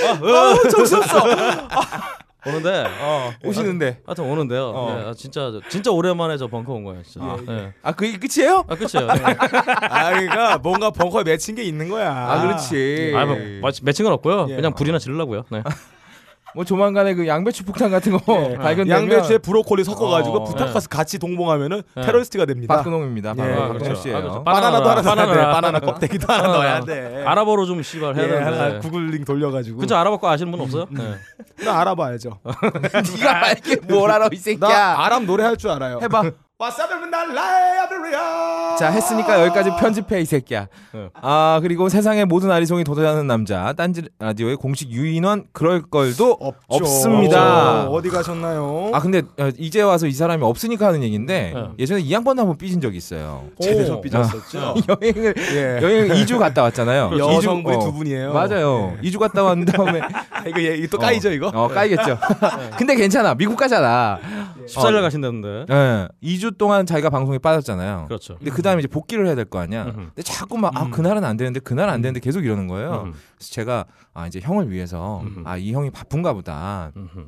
S3: 어,
S1: 아우, 어, 정신없어
S3: 오는데 어,
S1: 오시는데
S3: 하여튼 오는데요. 네, 아, 진짜 진짜 오랜만에 저 벙커 온 거예요. 진짜.
S1: 어. 예,
S3: 네.
S2: 아 그게 끝이에요?
S3: 아 그렇죠. 아
S1: 아 그러니까 뭔가 벙커에 맺힌 게 있는 거야
S2: 아, 그렇지.
S3: 뭐 마- 맺힌 건 없고요.
S1: 예.
S3: 그냥 불이나 지르려고요. 네.
S2: 뭐 조만간에 그 양배추 폭탄 같은 거
S1: 예.
S2: 발견되면
S1: 양배추에 브로콜리 섞어가지고
S2: 어.
S1: 부탁가스 같이 동봉하면은
S3: 네.
S1: 테러리스트가 됩니다
S2: 박근홍입니다.
S1: 예,
S2: 박근홍
S1: 그렇죠.
S2: 씨예요.
S3: 그렇죠.
S1: 바나나도 하나 넣어야 돼
S3: 바나나.
S1: 바나나 껍데기도 하나 넣어야 돼
S3: 아랍어로 좀 씨발 해야
S1: 예, 하나
S3: 되는데.
S1: 구글링 음. 돌려가지고
S3: 그쵸 아랍어과 아시는 분 없어요? 네.
S1: 나 알아봐야죠
S2: 네가 알게 뭘 알아 이 새끼야.
S1: 나 아랍 노래 할 줄 알아요
S2: 해봐.
S1: 와사비는 날라이아베리아
S2: 자 했으니까 여기까지 편집해 이 새끼야.
S1: 어.
S3: 네.
S2: 아 그리고 세상의 모든 아리송이 도전하는 남자 딴지 라디오의 공식 유인원 그럴 걸도 없습니다
S1: 어디 가셨나요?
S2: 아 근데 어, 이제 와서 이 사람이 없으니까 하는 얘기인데
S1: 어.
S3: 네.
S2: 예전에 이 양반 한번 삐진 적이 있어요.
S1: 제대로 삐졌었죠.
S2: 여행을
S1: 예.
S2: 여행 2주 갔다 왔잖아요.
S1: 그렇죠.
S2: 이주- 어.
S1: 여성분이 두 분이에요. 예.
S2: 맞아요. 2주 갔다 왔는 다음에
S1: 아, 이거 얘, 이거 또 까이죠 이거?
S2: 어 까이겠죠.
S1: 예.
S2: 근데 괜찮아. 미국 가잖아.
S3: 14일 날 가신다는데.
S2: 예. 2주 동안 자기가 방송에 빠졌잖아요.
S3: 그렇죠.
S2: 근데 그 다음에 이제 복귀를 해야 될 거 아니야.
S3: 음흠.
S2: 근데 자꾸 막 아, 그날은 안 되는데 그날은 안 되는데
S1: 음.
S2: 계속 이러는
S1: 어.
S2: 거예요.
S3: 음,
S2: 그래서 제가 아 이제 형을 위해서 아 이 형이 바쁜가 보다.
S3: 음흠.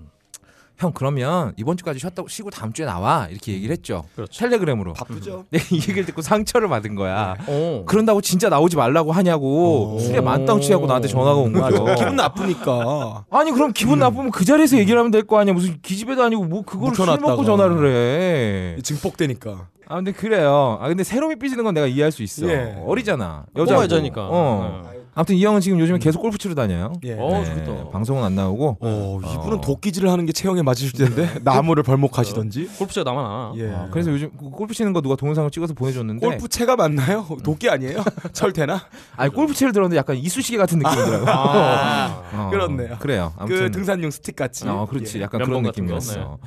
S2: 형 그러면 이번 주까지 쉬었다고 쉬고 다음 주에 나와 이렇게 얘기를 했죠.
S3: 그렇죠.
S2: 텔레그램으로.
S1: 바쁘죠.
S2: 근데 이 얘기를 듣고 상처를 받은
S3: 네.
S2: 거야.
S3: 오.
S2: 그런다고 진짜 나오지 말라고 하냐고 술에 만땅 취하고 나한테 전화가 온 거죠.
S1: 기분 나쁘니까.
S2: 아니 그럼 기분 나쁘면 그 자리에서 얘기를 하면 될 거 아니야 무슨 기집애도 아니고 뭐 그걸 술
S1: 묵혀놨다가.
S2: 먹고
S1: 음.
S2: 전화를 해.
S1: 예, 증폭되니까.
S2: 아 근데 그래요. 아 근데 새롬이 삐지는 건 내가 이해할 수 있어.
S1: 예.
S2: 어리잖아. 여자
S3: 꼬마
S1: 뭐.
S3: 여자니까. 네.
S2: 어. 아무튼 이 형은 지금 요즘에 계속 골프 치러 다녀요. 네,
S1: 예.
S3: 어, 좋겠다.
S2: 방송은 안 나오고.
S1: 오, 이분은
S2: 어.
S1: 도끼질을 하는 게 체형에 맞으실 텐데 나무를 벌목하시던지.
S3: 골프채 나만 아.
S1: 예.
S2: 네. 아, 그래서 요즘 그 골프 치는 거 누가 동영상을 찍어서 보내줬는데. 음.
S1: 골프채가 맞나요? 도끼 아니에요? 철퇴나?
S2: 아니 골프 치를 들었는데 약간 이쑤시개 같은 느낌이더라고.
S3: 아.
S2: 어,
S1: 그렇네요.
S2: 그래요. 아무튼.
S1: 그 등산용 스틱 같이. 예.
S2: 어, 그렇지. 약간
S3: 면봉
S2: 그런
S3: 같은 거,
S2: 느낌이었어.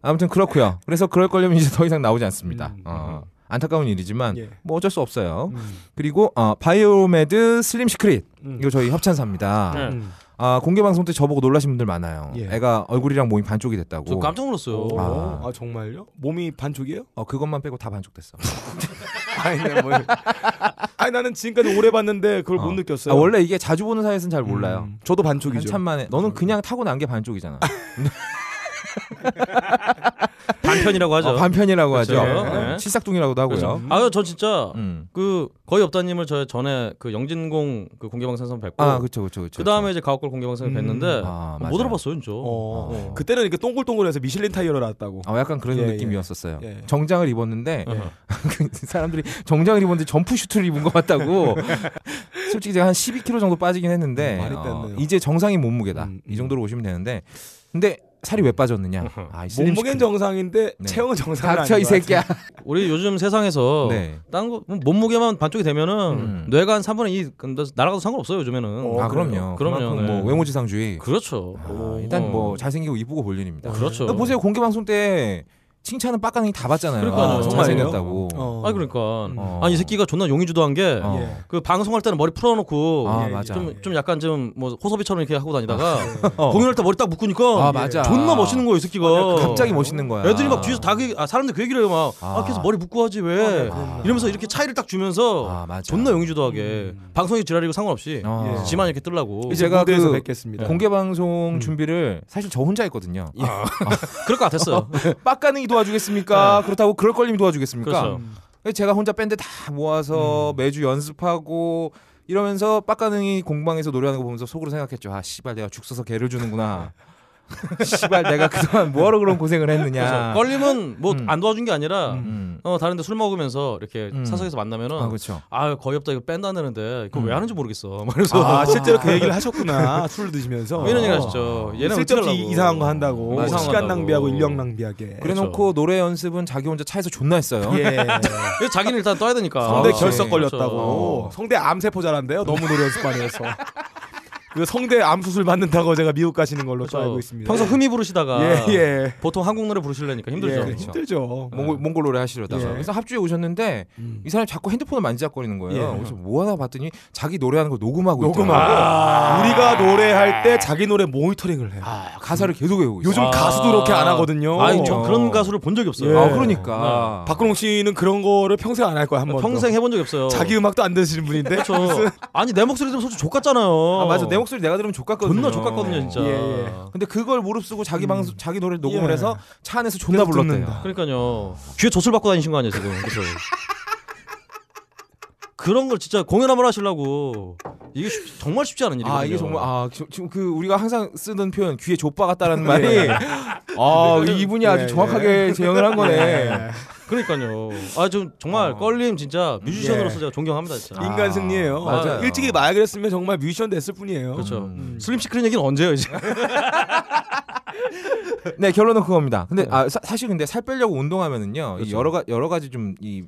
S2: 아무튼 그렇고요. 그래서 그럴 걸려면 이제 더 이상 나오지 않습니다.
S1: 음.
S2: 어, 안타까운 일이지만
S1: 예.
S2: 뭐 어쩔 수 없어요.
S1: 음.
S2: 그리고 어, 바이오메드 슬림 시크릿
S1: 음.
S2: 이거 저희 협찬사입니다.
S3: 네.
S1: 음.
S2: 아 공개 방송 때 저보고 놀라신 분들 많아요.
S1: 예.
S2: 애가 얼굴이랑 몸이 반쪽이 됐다고.
S3: 저 깜짝 놀랐어요.
S1: 오,
S2: 아.
S1: 아. 정말요? 몸이 반쪽이에요?
S2: 어 그것만 빼고 다 반쪽 됐어.
S1: 아니, 나 뭐. 아니 나는 지금까지 오래 봤는데 그걸
S2: 어.
S1: 못 느꼈어요.
S2: 아, 원래 이게 자주 보는 사이에서는 잘 몰라요.
S1: 음, 저도 반쪽이죠.
S2: 한참 만에 너는 그냥 타고 난 게 반쪽이잖아.
S3: 반편이라고 하죠.
S1: 아,
S2: 어, 반편이라고
S3: 그렇죠.
S2: 하죠.
S3: 네.
S2: 실삭둥이라고도 하고요.
S3: 아유 저 진짜
S2: 음.
S3: 그 거의 없다님을 저 전에 그 영진공 그 공개방송에서 뵙고
S2: 아 그렇죠 그렇죠 그렇죠.
S3: 그 다음에 이제 가옥골 공개방송에
S1: 음.
S3: 뵀는데
S2: 아,
S3: 못
S2: 맞아요.
S3: 알아봤어요 진짜.
S1: 어.
S3: 어.
S1: 그때는 이렇게 동글동글해서 미슐린 타이어로 나왔다고.
S2: 아 약간 그런
S1: 예,
S2: 느낌이었었어요.
S1: 예.
S2: 정장을 입었는데
S3: 예.
S2: 그 사람들이 정장을 입었는데 점프 슈트를 입은 것 같다고. 솔직히 제가 한 12kg 정도 빠지긴 했는데
S1: 음, 많이
S2: 어,
S1: 뺐네요.
S2: 이제 정상인 몸무게다.
S1: 음, 음.
S2: 이 정도로 오시면 되는데 근데 살이 왜 빠졌느냐? 아, 이 슬림
S1: 몸무게는
S2: 시크릿.
S1: 정상인데
S2: 네.
S1: 체형은 정상은
S2: 닥쳐
S1: 아닌
S2: 이
S1: 것 같아요.
S2: 새끼야.
S3: 우리 요즘 세상에서
S2: 네.
S3: 딴 거뭐 몸무게만 반쪽이 되면은
S2: 음.
S3: 뇌가 한 3분의 2 근데 날아가도 상관없어요 요즘에는.
S1: 어,
S2: 아 그럼요.
S3: 그래요?
S2: 그럼요.
S3: 그럼요, 네.
S2: 뭐 외모지상주의.
S3: 그렇죠.
S2: 아, 일단
S3: 어.
S2: 뭐 잘생기고 이쁘고 볼 일입니다.
S3: 그렇죠.
S2: 근데 보세요 공개 방송 때 칭찬은 빡가능이 다 받잖아요.
S3: 그러니까요.
S2: 아,
S3: 정말요?
S2: 잘생겼다고.
S1: 어.
S3: 아 그러니까
S2: 어.
S3: 아니 이 새끼가 존나 용의주도한 게 그
S2: 어.
S1: 예.
S3: 방송할 때는 머리 풀어놓고
S2: 아,
S1: 예,
S2: 맞아.
S3: 좀, 좀 약간 좀 뭐 호섭이처럼 이렇게 하고 다니다가
S2: 어.
S3: 공연할 때 머리 딱 묶으니까
S2: 아, 맞아.
S3: 존나 멋있는 거예요, 이 새끼가.
S2: 갑자기 멋있는 거야.
S3: 애들이 막 뒤에서 다 그, 아, 사람들 그 얘기를 해요, 막. 아,
S2: 아.
S3: 계속 머리 묶고 하지
S1: 네,
S3: 왜?
S1: 음.
S3: 이러면서 이렇게 차이를 딱 주면서
S2: 아, 맞아.
S3: 존나 용의주도하게
S1: 음.
S3: 방송이 지랄이고 상관없이
S2: 어.
S1: 예.
S3: 지만 음. 이렇게 뜨려고.
S2: 이제- 제가
S1: 무대에서
S2: 그
S1: 뵙겠습니다.
S2: 공개 방송 준비를 사실 저 혼자 했거든요.
S3: 그럴 것 같았어요.
S2: 빡가능이 도와주겠습니까? 그렇다고 그럴 걸림이 도와주겠습니까?
S3: 네. 그렇죠.
S1: 음.
S3: 음.
S2: 그래서 제가 혼자 밴드 다 모아서 매주 연습하고 이러면서 빡가능이 공방에서 노래하는 거 보면서 속으로 생각했죠. 아 씨발 내가 죽 써서 개를 주는구나. 씨발 내가 그동안 뭐하러 그런 고생을 했느냐.
S1: 아.
S3: 그래서 걸림은 뭐 안
S2: 음.
S3: 도와준 게 아니라
S2: 음.
S3: 어, 다른데 술 먹으면서 이렇게
S2: 음.
S3: 사석에서 만나면은
S2: 아 그렇죠.
S3: 아 거의 없다 이거 뺀다 하는데 그거 왜 하는지 모르겠어. 막 그래서
S1: 음. 아 실제로 그 얘기를 하셨구나 술 드시면서
S3: 뭐 이런 얘기 하셨죠. 얘는
S1: 쓸데없이
S3: 어떡하려고. 음.
S1: 이상한 거 한다고
S3: 이상한 거
S1: 시간
S3: 한다고.
S1: 낭비하고 인력 낭비하게
S2: 그래놓고 노래 연습은 자기 혼자 차에서 존나 했어요.
S1: 네, 예.
S3: 그래서 자기는 일단 떠야 되니까.
S1: 성대
S2: 아,
S1: 결석
S3: 그렇죠.
S2: 네.
S1: 걸렸다고
S3: 어.
S1: 성대 암세포자란데요 너무 노래 연습반에서 그 성대 암 수술 받는다고 제가 미국 가시는 걸로 저
S3: 그렇죠.
S1: 알고 있습니다 예.
S3: 평소 흠이 부르시다가
S1: 예예 예.
S3: 보통 한국 노래 부르시려니까 힘들죠. 그렇죠. 어.
S1: 예, 힘들죠
S2: 몽골, 몽골 노래 하시려다가
S1: 예.
S2: 그래서 합주에 오셨는데 이 사람이 자꾸 핸드폰을 만지작거리는 거예요.
S1: 예.
S2: 그래서 뭐 하나 봤더니 자기 노래하는 걸 녹음하고
S1: 녹음하고
S2: 있더라고요. 아,
S1: 우리가 노래할 때 자기 노래 모니터링을 해요
S2: 아, 가사를 계속 외우고 있어요.
S1: 요즘
S3: 아.
S1: 가수도 그렇게 안 하거든요
S3: 아니 저
S2: 어.
S3: 그런 가수를 본 적이 없어요.
S2: 아,
S1: 예.
S2: 그러니까
S1: 박근홍 씨는 그런 거를 평생 안 할 거야 한번
S3: 뭐 평생 해본 적이 없어요.
S1: 자기 음악도 안 드시는 분인데
S3: 그렇죠. 아니 내 목소리 들으면 솔직히 족같잖아요.
S2: 아, 맞아 내 목소리 내가 들으면 족같거든요.
S3: 존나 족같거든요 진짜.
S1: 예, 예.
S2: 근데 그걸 무릅쓰고 자기 방 자기 노래 녹음을
S1: 예.
S2: 해서 차 안에서 존나
S1: 계속
S2: 불렀대요.
S1: 듣는다.
S3: 그러니까요. 귀에 젖을 받고 다니신 거 아니에요 지금? 그렇죠. 그런 걸 진짜 공연 한번 하시려고 이게 쉽- 정말 쉽지 않은 일이거든요.
S2: 아 이게 정말 아 지- 지금 그 우리가 항상 쓰는 표현 귀에 좆 박았다라는 말이 아 이분이 아주
S1: 예,
S2: 정확하게 재현을 한 거네. 음. 아.
S3: 그러니까요. 아 좀 정말
S2: 어.
S3: 껄림 진짜 뮤지션으로서
S1: 예.
S3: 제가 존경합니다 진짜.
S2: 아,
S1: 인간 승리예요
S2: 맞아요.
S1: 일찍이 말 그랬으면 정말 뮤지션 됐을 뿐이에요
S3: 그렇죠.
S2: 음.
S3: 슬림 시크릿 얘기는 언제요 이제?
S2: 네 결론은 그겁니다. 근데 아 사, 실 근데 살 빼려고 운동하면은요 이
S3: 그렇죠.
S2: 여러 가 여러 가지 좀 이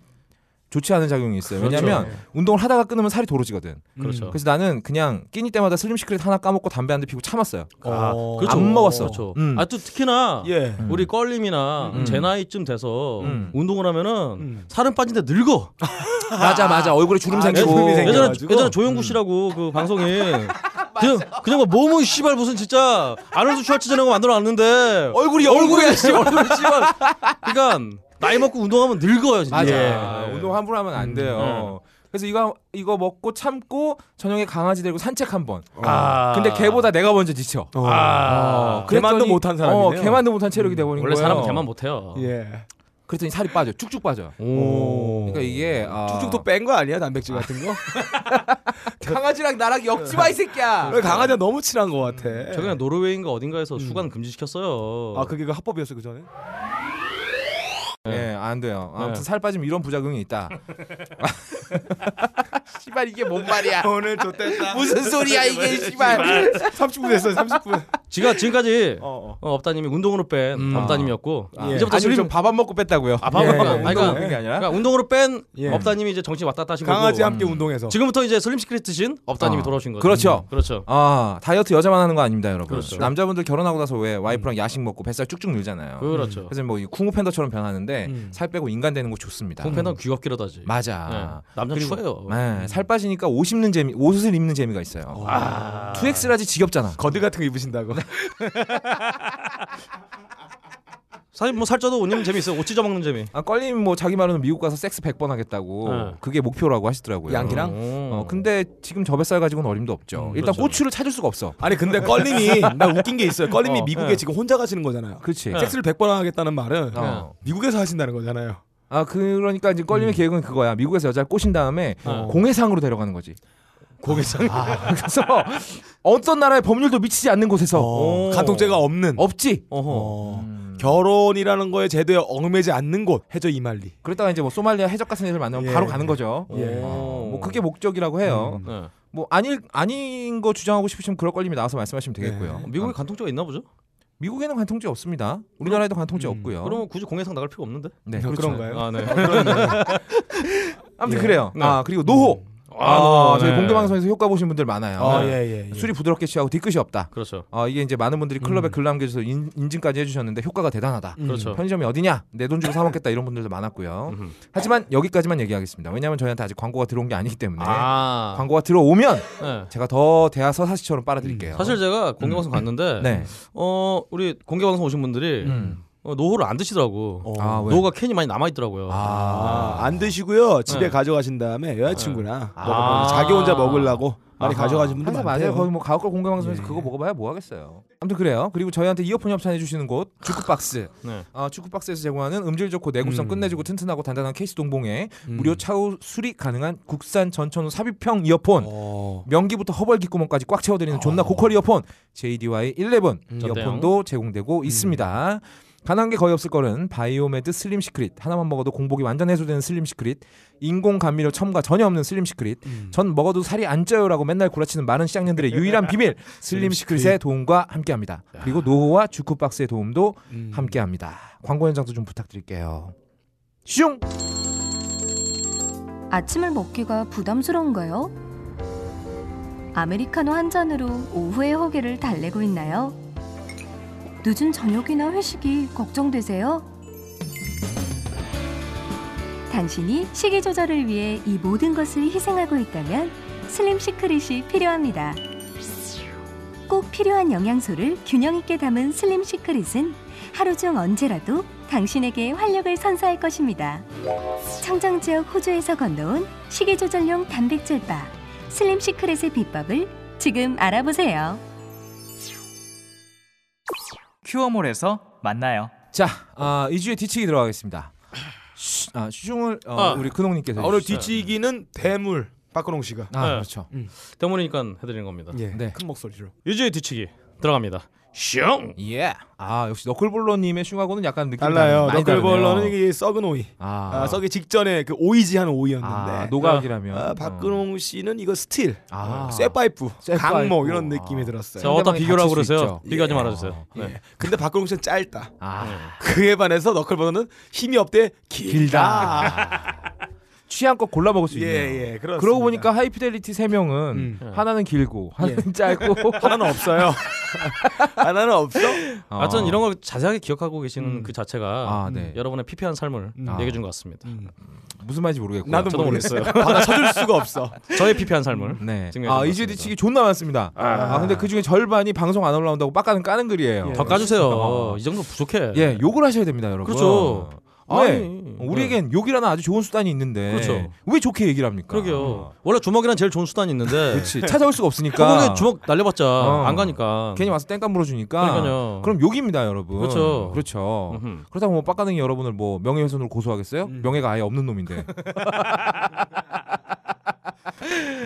S2: 좋지 않은 작용이 있어요.
S3: 그렇죠.
S2: 왜냐하면 운동을 하다가 끊으면 살이 도로지거든.
S3: 그렇죠.
S2: 그래서 나는 그냥 끼니 때마다 슬림 시크릿 하나 까먹고 담배 한 대 피고 참았어요.
S1: 아,
S3: 그렇죠.
S2: 안 먹었어.
S3: 그렇죠.
S2: 음.
S3: 아또 특히나
S1: 예
S2: 음.
S3: 우리 껄림이나
S2: 음.
S3: 제 나이쯤 돼서
S2: 음.
S3: 운동을 하면은
S1: 음.
S3: 살은 빠진데 늙어.
S2: 맞아 맞아 얼굴에 주름
S1: 아,
S2: 생기고 음.
S1: 주름이
S3: 예전에
S1: 생겨.
S3: 예전에
S1: 생겨가지고.
S3: 예전에 조영구 씨라고 그 방송에 그냥 그냥 막 몸은 씨발 무슨 진짜 아놀드 슈왈츠제네거 만들어 놨는데
S2: 얼굴이
S3: 얼굴에 씨 얼굴에 씨발 그러니까 나이 먹고 운동하면 늙어요 진짜.
S2: 맞아.
S3: 예.
S2: 운동 함부로 하면 안 돼요. 그래서 이거 이거 먹고 참고 저녁에 강아지 데리고 산책 한번.
S3: 아.
S2: 근데 걔보다 내가 먼저 지쳐.
S1: 어.
S3: 아.
S2: 어,
S1: 걔만도 못한 사람이네요.
S2: 어, 걔만도 못한 체력이 돼버린
S3: 음, 원래
S2: 거예요.
S3: 사람은 개만 못 해요.
S1: 예.
S2: 그랬더니 살이 빠져, 쭉쭉 빠져.
S1: 오.
S2: 그러니까 이게 아,
S1: 쭉쭉 또 뺀 거 아니야 단백질 같은 거?
S2: 강아지랑 나랑 엮지 마 이 새끼야.
S1: 강아지가 너무 친한 거 같아.
S3: 저 그냥 노르웨이인가
S2: 음.
S3: 어딘가에서 수간 금지시켰어요.
S1: 아 그게 그 합법이었어 그 전에?
S2: 예, 안 돼요. 아무튼
S3: 네.
S2: 살 빠지면 이런 부작용이 있다. 씨발 이게 뭔 말이야?
S1: 아, 오늘 좋댔다.
S2: 무슨 소리야 이게 씨발.
S1: 뭐, 30분 됐어요 30분.
S3: 제가 지금까지 어,
S1: 어.
S3: 업다님이 운동으로 뺀
S2: 음.
S3: 업다님이었고
S2: 아,
S1: 예.
S3: 이제부터
S2: 아니
S3: 슬림
S2: 좀밥 안 먹고 뺐다고요.
S3: 아,
S1: 예,
S3: 밥은 먹고
S1: 예,
S3: 아니,
S2: 운동을
S3: 그러니까,
S2: 뺀게 아니라?
S3: 그러니까 운동으로 뺀
S1: 예.
S3: 업다님이 이제 정신 왔다 갔다 하신
S1: 뭐, 음. 강아지
S3: 거고
S1: 함께 운동해서.
S3: 지금부터 이제 슬림 시크릿 드신 업다님이
S2: 아,
S3: 돌아오신 거죠.
S2: 그렇죠.
S3: 음, 그렇죠.
S2: 아 다이어트 여자만 하는 거 아닙니다 여러분
S3: 그렇죠.
S2: 남자분들 결혼하고 나서 왜 와이프랑 야식 먹고 뱃살 쭉쭉 늘잖아요 음.
S3: 그렇죠.
S2: 그래서 뭐이 쿵우팬더처럼 변하는데
S1: 음.
S2: 살 빼고 인간 되는 거 좋습니다
S3: 콩팬은 귀엽기라도 하지.
S2: 맞아
S3: 네. 남자 추해요.
S2: 네, 살 빠지니까 옷 입는 재미 옷을 입는 재미가 있어요
S3: 아.
S2: 투엑스라지 지겹잖아
S1: 뭐, 거들 같은 거 입으신다고.
S3: 사실 뭐 살쪄도 옷 입는 재미 있어요. 옷 찢어 먹는 재미.
S2: 아, 껄림 뭐 자기 말로는 미국 가서 섹스 100번 하겠다고
S3: 네. 음.
S2: 그게 목표라고 하시더라고요
S1: 양키랑?
S2: 어, 근데 지금 저 뱃살 가지고는 어림도 없죠 일단
S3: 그렇죠.
S2: 고추를 찾을 수가 없어
S1: 아니 근데 껄림이 나 웃긴 게 있어요. 네. 껄림이
S3: 어,
S1: 미국에
S3: 예.
S1: 지금 혼자 가시는 거잖아요.
S2: 그렇지
S1: 섹스를 100번 하겠다는 말은
S2: 어.
S1: 미국에서 하신다는 거잖아요.
S2: 아 그러니까 이제 껄림의 계획은 그거야 미국에서 여자를 꼬신 다음에
S3: 어.
S2: 공해상으로 데려가는 거지
S1: 고객상
S2: 그래서 어떤 나라의 법률도 미치지 않는 곳에서
S1: 어. 간통죄가 없는
S2: 없지.
S3: 어허.
S1: 어.
S2: 음.
S1: 결혼이라는 거에 제도에 얽매지 않는 곳 해저 이말리.
S2: 그러다가 이제 뭐 소말리아 해적 같은 애들 만나면
S1: 예.
S2: 바로 가는 거죠.
S1: 예.
S2: 어, 뭐 그게 목적이라고 해요.
S1: 음.
S3: 네.
S2: 뭐 아닐 아닌 거 주장하고 싶으시면 그럴 걸림이 나와서 말씀하시면 되겠고요.
S1: 네.
S3: 미국에
S2: 아,
S3: 간통죄가 있나 보죠?
S2: 미국에는 관통죄 없습니다. 우리나라에도 관통죄
S1: 음.
S2: 없고요.
S3: 그러면 굳이 공해상 나갈 필요 없는데?
S2: 네,
S1: 그런가요?
S3: 아 네.
S2: 아무튼
S1: 예.
S2: 그래요.
S3: 네.
S2: 아 그리고 노호. 아,
S3: 아,
S2: 저희
S3: 네.
S2: 공개 방송에서 효과 보신 분들 많아요.
S1: 아, 예, 예, 예.
S2: 술이 부드럽게 취하고 뒤끝이 없다.
S3: 그렇죠.
S2: 아, 이게 이제 많은 분들이
S3: 음.
S2: 클럽에 글 남겨줘서 인, 인증까지 해주셨는데 효과가 대단하다.
S1: 음.
S3: 그렇죠.
S2: 편의점이 어디냐? 내 돈 주고 사 먹겠다 이런 분들도 많았고요.
S3: 음흠.
S2: 하지만 여기까지만 얘기하겠습니다. 왜냐하면 저희한테 아직 광고가 들어온 게 아니기 때문에
S3: 아.
S2: 광고가 들어오면
S3: 네.
S2: 제가 더 대하서 사시처럼 빨아드릴게요.
S3: 음. 사실 제가 공개 방송 갔는데
S2: 어. 네.
S3: 어 우리 공개 방송 오신 분들이
S2: 음.
S3: 어, 노후를 안 드시더라고.
S2: 아, 왜?
S3: 노후가 캔이 많이 남아 있더라고요.
S2: 아.
S1: 안 드시고요. 집에
S3: 네.
S1: 가져가신 다음에 여자친구나
S3: 아.
S1: 먹어보고 자기 혼자 먹으려고 많이
S3: 아하.
S1: 가져가신 분들
S2: 항상
S1: 많아요. 예.
S2: 맞아요. 거기 뭐 가옥걸 공개 방송에서 그거 먹어봐야 뭐 하겠어요. 아무튼 그래요. 그리고 저희한테 이어폰 협찬해 주시는 곳 주크박스.
S3: 네.
S2: 아, 주크박스에서 제공하는 음질 좋고 내구성 끝내주고 튼튼하고 단단한 케이스 동봉에
S1: 음.
S2: 무료 차후 수리 가능한 국산 전천후 삽입형 이어폰. 명기부터 허벌기 구멍까지 꽉 채워드리는 존나 고퀄 이어폰 음, JDY 11 이어폰도 제공되고 있습니다. 가난 게 거의 없을 거는 바이오메드 슬림 시크릿 하나만 먹어도 공복이 완전 해소되는 슬림 시크릿 인공 감미료 첨가 전혀 없는 슬림 시크릿 전 먹어도 살이 안 쪄요라고 맨날 구라치는 많은 시장년들의 유일한 비밀 슬림 시크릿의 도움과 함께합니다. 그리고 노후와 주크박스의 도움도
S3: 음.
S2: 함께합니다. 광고 현장도 좀 부탁드릴게요. 슝
S6: 아침을 먹기가 부담스러운가요? 아메리카노 한 잔으로 오후의 허기를 달래고 있나요? 늦은 저녁이나 회식이 걱정되세요? 당신이 식이 조절을 위해 이 모든 것을 희생하고 있다면 슬림 시크릿이 필요합니다. 꼭 필요한 영양소를 균형 있게 담은 슬림 시크릿은 하루 중 언제라도 당신에게 활력을 선사할 것입니다. 청정 지역 호주에서 건너온 식이 조절용 단백질 바 슬림 시크릿의 비법을 지금 알아보세요.
S7: 큐어몰에서 만나요.
S2: 자, 아, 2주에 뒤치기 들어가겠습니다. 쉬- 아, 슝을 어,
S3: 아.
S2: 우리 근홍님께서
S1: 오늘
S2: 해주시죠.
S1: 뒤치기는 대물 박근홍 씨가
S2: 아,
S3: 네.
S2: 그렇죠.
S3: 때문이니까 해드리는 겁니다.
S1: 예,
S2: 네.
S1: 큰 목소리로
S3: 유지의 뒤치기 들어갑니다. 슝.
S2: 예. 아, 역시 너클볼러님의 슝하고는 약간 느낌이
S1: 달라요.
S2: 많이 다르네요.
S1: 너클볼러는 이게 썩은 오이.
S2: 아,
S1: 아, 썩기 직전에 그 오이지한 오이였는데.
S2: 아,
S1: 아,
S2: 노각이라면 어.
S1: 박근홍 씨는 이거 스틸,
S2: 아.
S1: 쇠파이프,
S2: 쇠파이프.
S1: 강목 이런
S2: 아.
S1: 느낌이 들었어요.
S3: 자, 어디다
S2: 상대방이
S3: 비교라고
S2: 다칠 수
S3: 그러세요?
S2: 있죠.
S3: 비교하지
S2: 예.
S3: 말아주세요. 네.
S1: 예. 근데 박근홍 씨는 짧다.
S2: 아,
S1: 그에 반해서 너클볼러는 힘이 없대 길다.
S2: 취향껏 골라 먹을 수
S1: 네. 아. 예,
S2: 있네요.
S1: 예. 그렇습니다. 음.
S2: 그러고 보니까 하이피델리티 세 명은 네. 하나는 길고 하나는 짧고
S1: 예. 하나는 없어요. 하나는 없어.
S2: 어.
S3: 하여튼 이런 걸 자세하게 기억하고 계시는 그 자체가
S2: 아, 네. 음.
S3: 여러분의 피폐한 삶을 얘기해 준 것 같습니다.
S2: 무슨 말인지 모르겠고.
S1: 나도
S3: 저도
S1: 모르겠어요. 받아쳐줄 수가 없어.
S3: 저의 피폐한 삶을
S2: 네. 아,
S3: 증명해
S2: 이제
S3: 준것 같습니다.
S2: 뒤치기 존나 많습니다. 아, 근데 그 중에 절반이 방송 안 올라온다고 빡가는 까는 글이에요.
S3: 예. 더 까주세요. 이 정도 부족해.
S2: 네. 아. 예, 욕을 하셔야 됩니다, 여러분.
S3: 그렇죠.
S2: 왜?
S3: 아니,
S2: 우리에겐 욕이라는 아주 좋은 수단이 있는데
S3: 그렇죠.
S2: 왜 좋게 얘기를 합니까?
S3: 그러게요. 원래 주먹이란 제일 좋은 수단이 있는데
S2: 아. 그렇지. 찾아올 수가 없으니까.
S3: 주먹에 주먹 날려봤자
S2: 어.
S3: 안 가니까.
S2: 괜히 와서 땡깡 물어주니까.
S3: 그러니까요.
S2: 그럼 욕입니다, 여러분.
S3: 그렇죠.
S2: 그렇죠.
S3: 음흠. 음.
S2: 그렇다고 뭐 빡가능이 여러분을 뭐 명예훼손으로 고소하겠어요? 명예가 아예 없는 놈인데.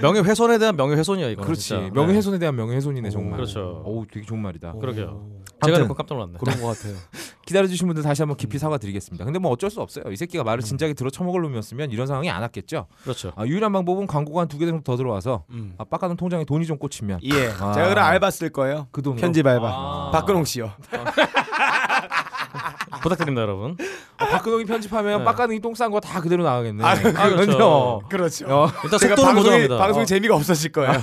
S3: 명예훼손에 대한 명예훼손이야 이거.
S2: 그렇지. 명예훼손에 대한 명예훼손이네 정말.
S3: 그렇죠.
S2: 어우 되게 좋은 말이다.
S3: 그러게요. 네. 제가 듣고 깜짝 놀랐네.
S1: 그런 것 같아요.
S2: 기다려주신 분들 다시 한번 깊이 사과드리겠습니다. 근데 뭐 어쩔 수 없어요. 이 새끼가 말을 진작에 들어 처먹을 놈이었으면 이런 상황이 안 왔겠죠.
S3: 그렇죠.
S2: 아, 유일한 방법은 광고가 한 두 개 정도 더 들어와서 아, 빡가는 통장에 돈이 좀 꽂히면
S1: 예.
S2: 아.
S1: 제가 그럼 알바 쓸 거예요.
S2: 그 돈으로
S1: 편집 알바.
S3: 아.
S1: 박근홍 씨요.
S3: 부탁드립니다 여러분.
S2: 아, 박근홍이 편집하면
S3: 네.
S2: 빡가능이 똥 싼 거 다 그대로 나가겠네. 음,
S1: 아,
S3: 그렇죠.
S1: 그렇죠.
S2: 어.
S3: 일단
S1: 제가
S3: 속도는
S1: 방송이
S3: 보장합니다.
S1: 방송 재미가 없어질 거예요.
S2: 아,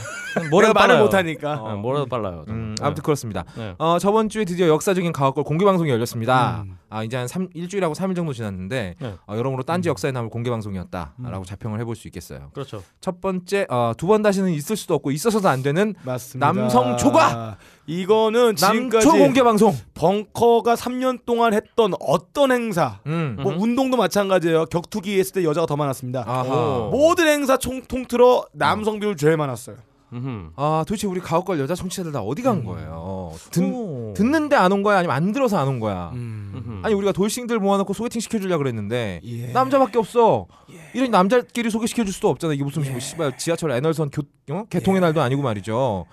S1: 내가 말을
S3: 뭐라도 빨라요.
S1: 못 하니까.
S3: 네, 뭐라도 빨라요.
S2: 음,
S3: 정말.
S2: 아무튼 그렇습니다.
S3: 네.
S2: 어, 저번 주에 드디어 역사적인 가옥걸 공개 방송이 열렸습니다. 아, 이제 한 삼, 일주일하고 3일 정도 지났는데
S3: 네.
S2: 어, 여러모로 딴지 역사에 남을 공개 방송이었다라고 자평을 해볼 수 있겠어요.
S3: 그렇죠.
S2: 첫 번째, 어, 두 번 다시는 있을 수도 없고 있어서도 안 되는
S1: 맞습니다.
S2: 남성 초과!
S1: 이거는 지금까지
S2: 남초 공개 방송.
S1: 벙커가 3년 동안 했던 어떤 행사
S2: 음.
S1: 뭐 운동도 마찬가지예요. 격투기 했을 때 여자가 더 많았습니다.
S2: 아하.
S1: 모든 행사 총 통틀어 남성 비율 제일 많았어요.
S3: 음흠.
S2: 아, 도대체 우리 가옥걸 여자 청취자들 다 어디 간 거예요? 듣,
S3: 오.
S2: 듣는데 안 온 거야? 아니면 안 들어서 안 온 거야?
S3: 음흠.
S2: 아니 우리가 돌싱들 모아놓고 소개팅 시켜주려 그랬는데
S1: 예.
S2: 남자밖에 없어. 이런 남자끼리 소개시켜줄 수도 없잖아. 이게 무슨 뭐 씨발 지하철 애널선 교, 어? 개통의 날도 아니고 말이죠.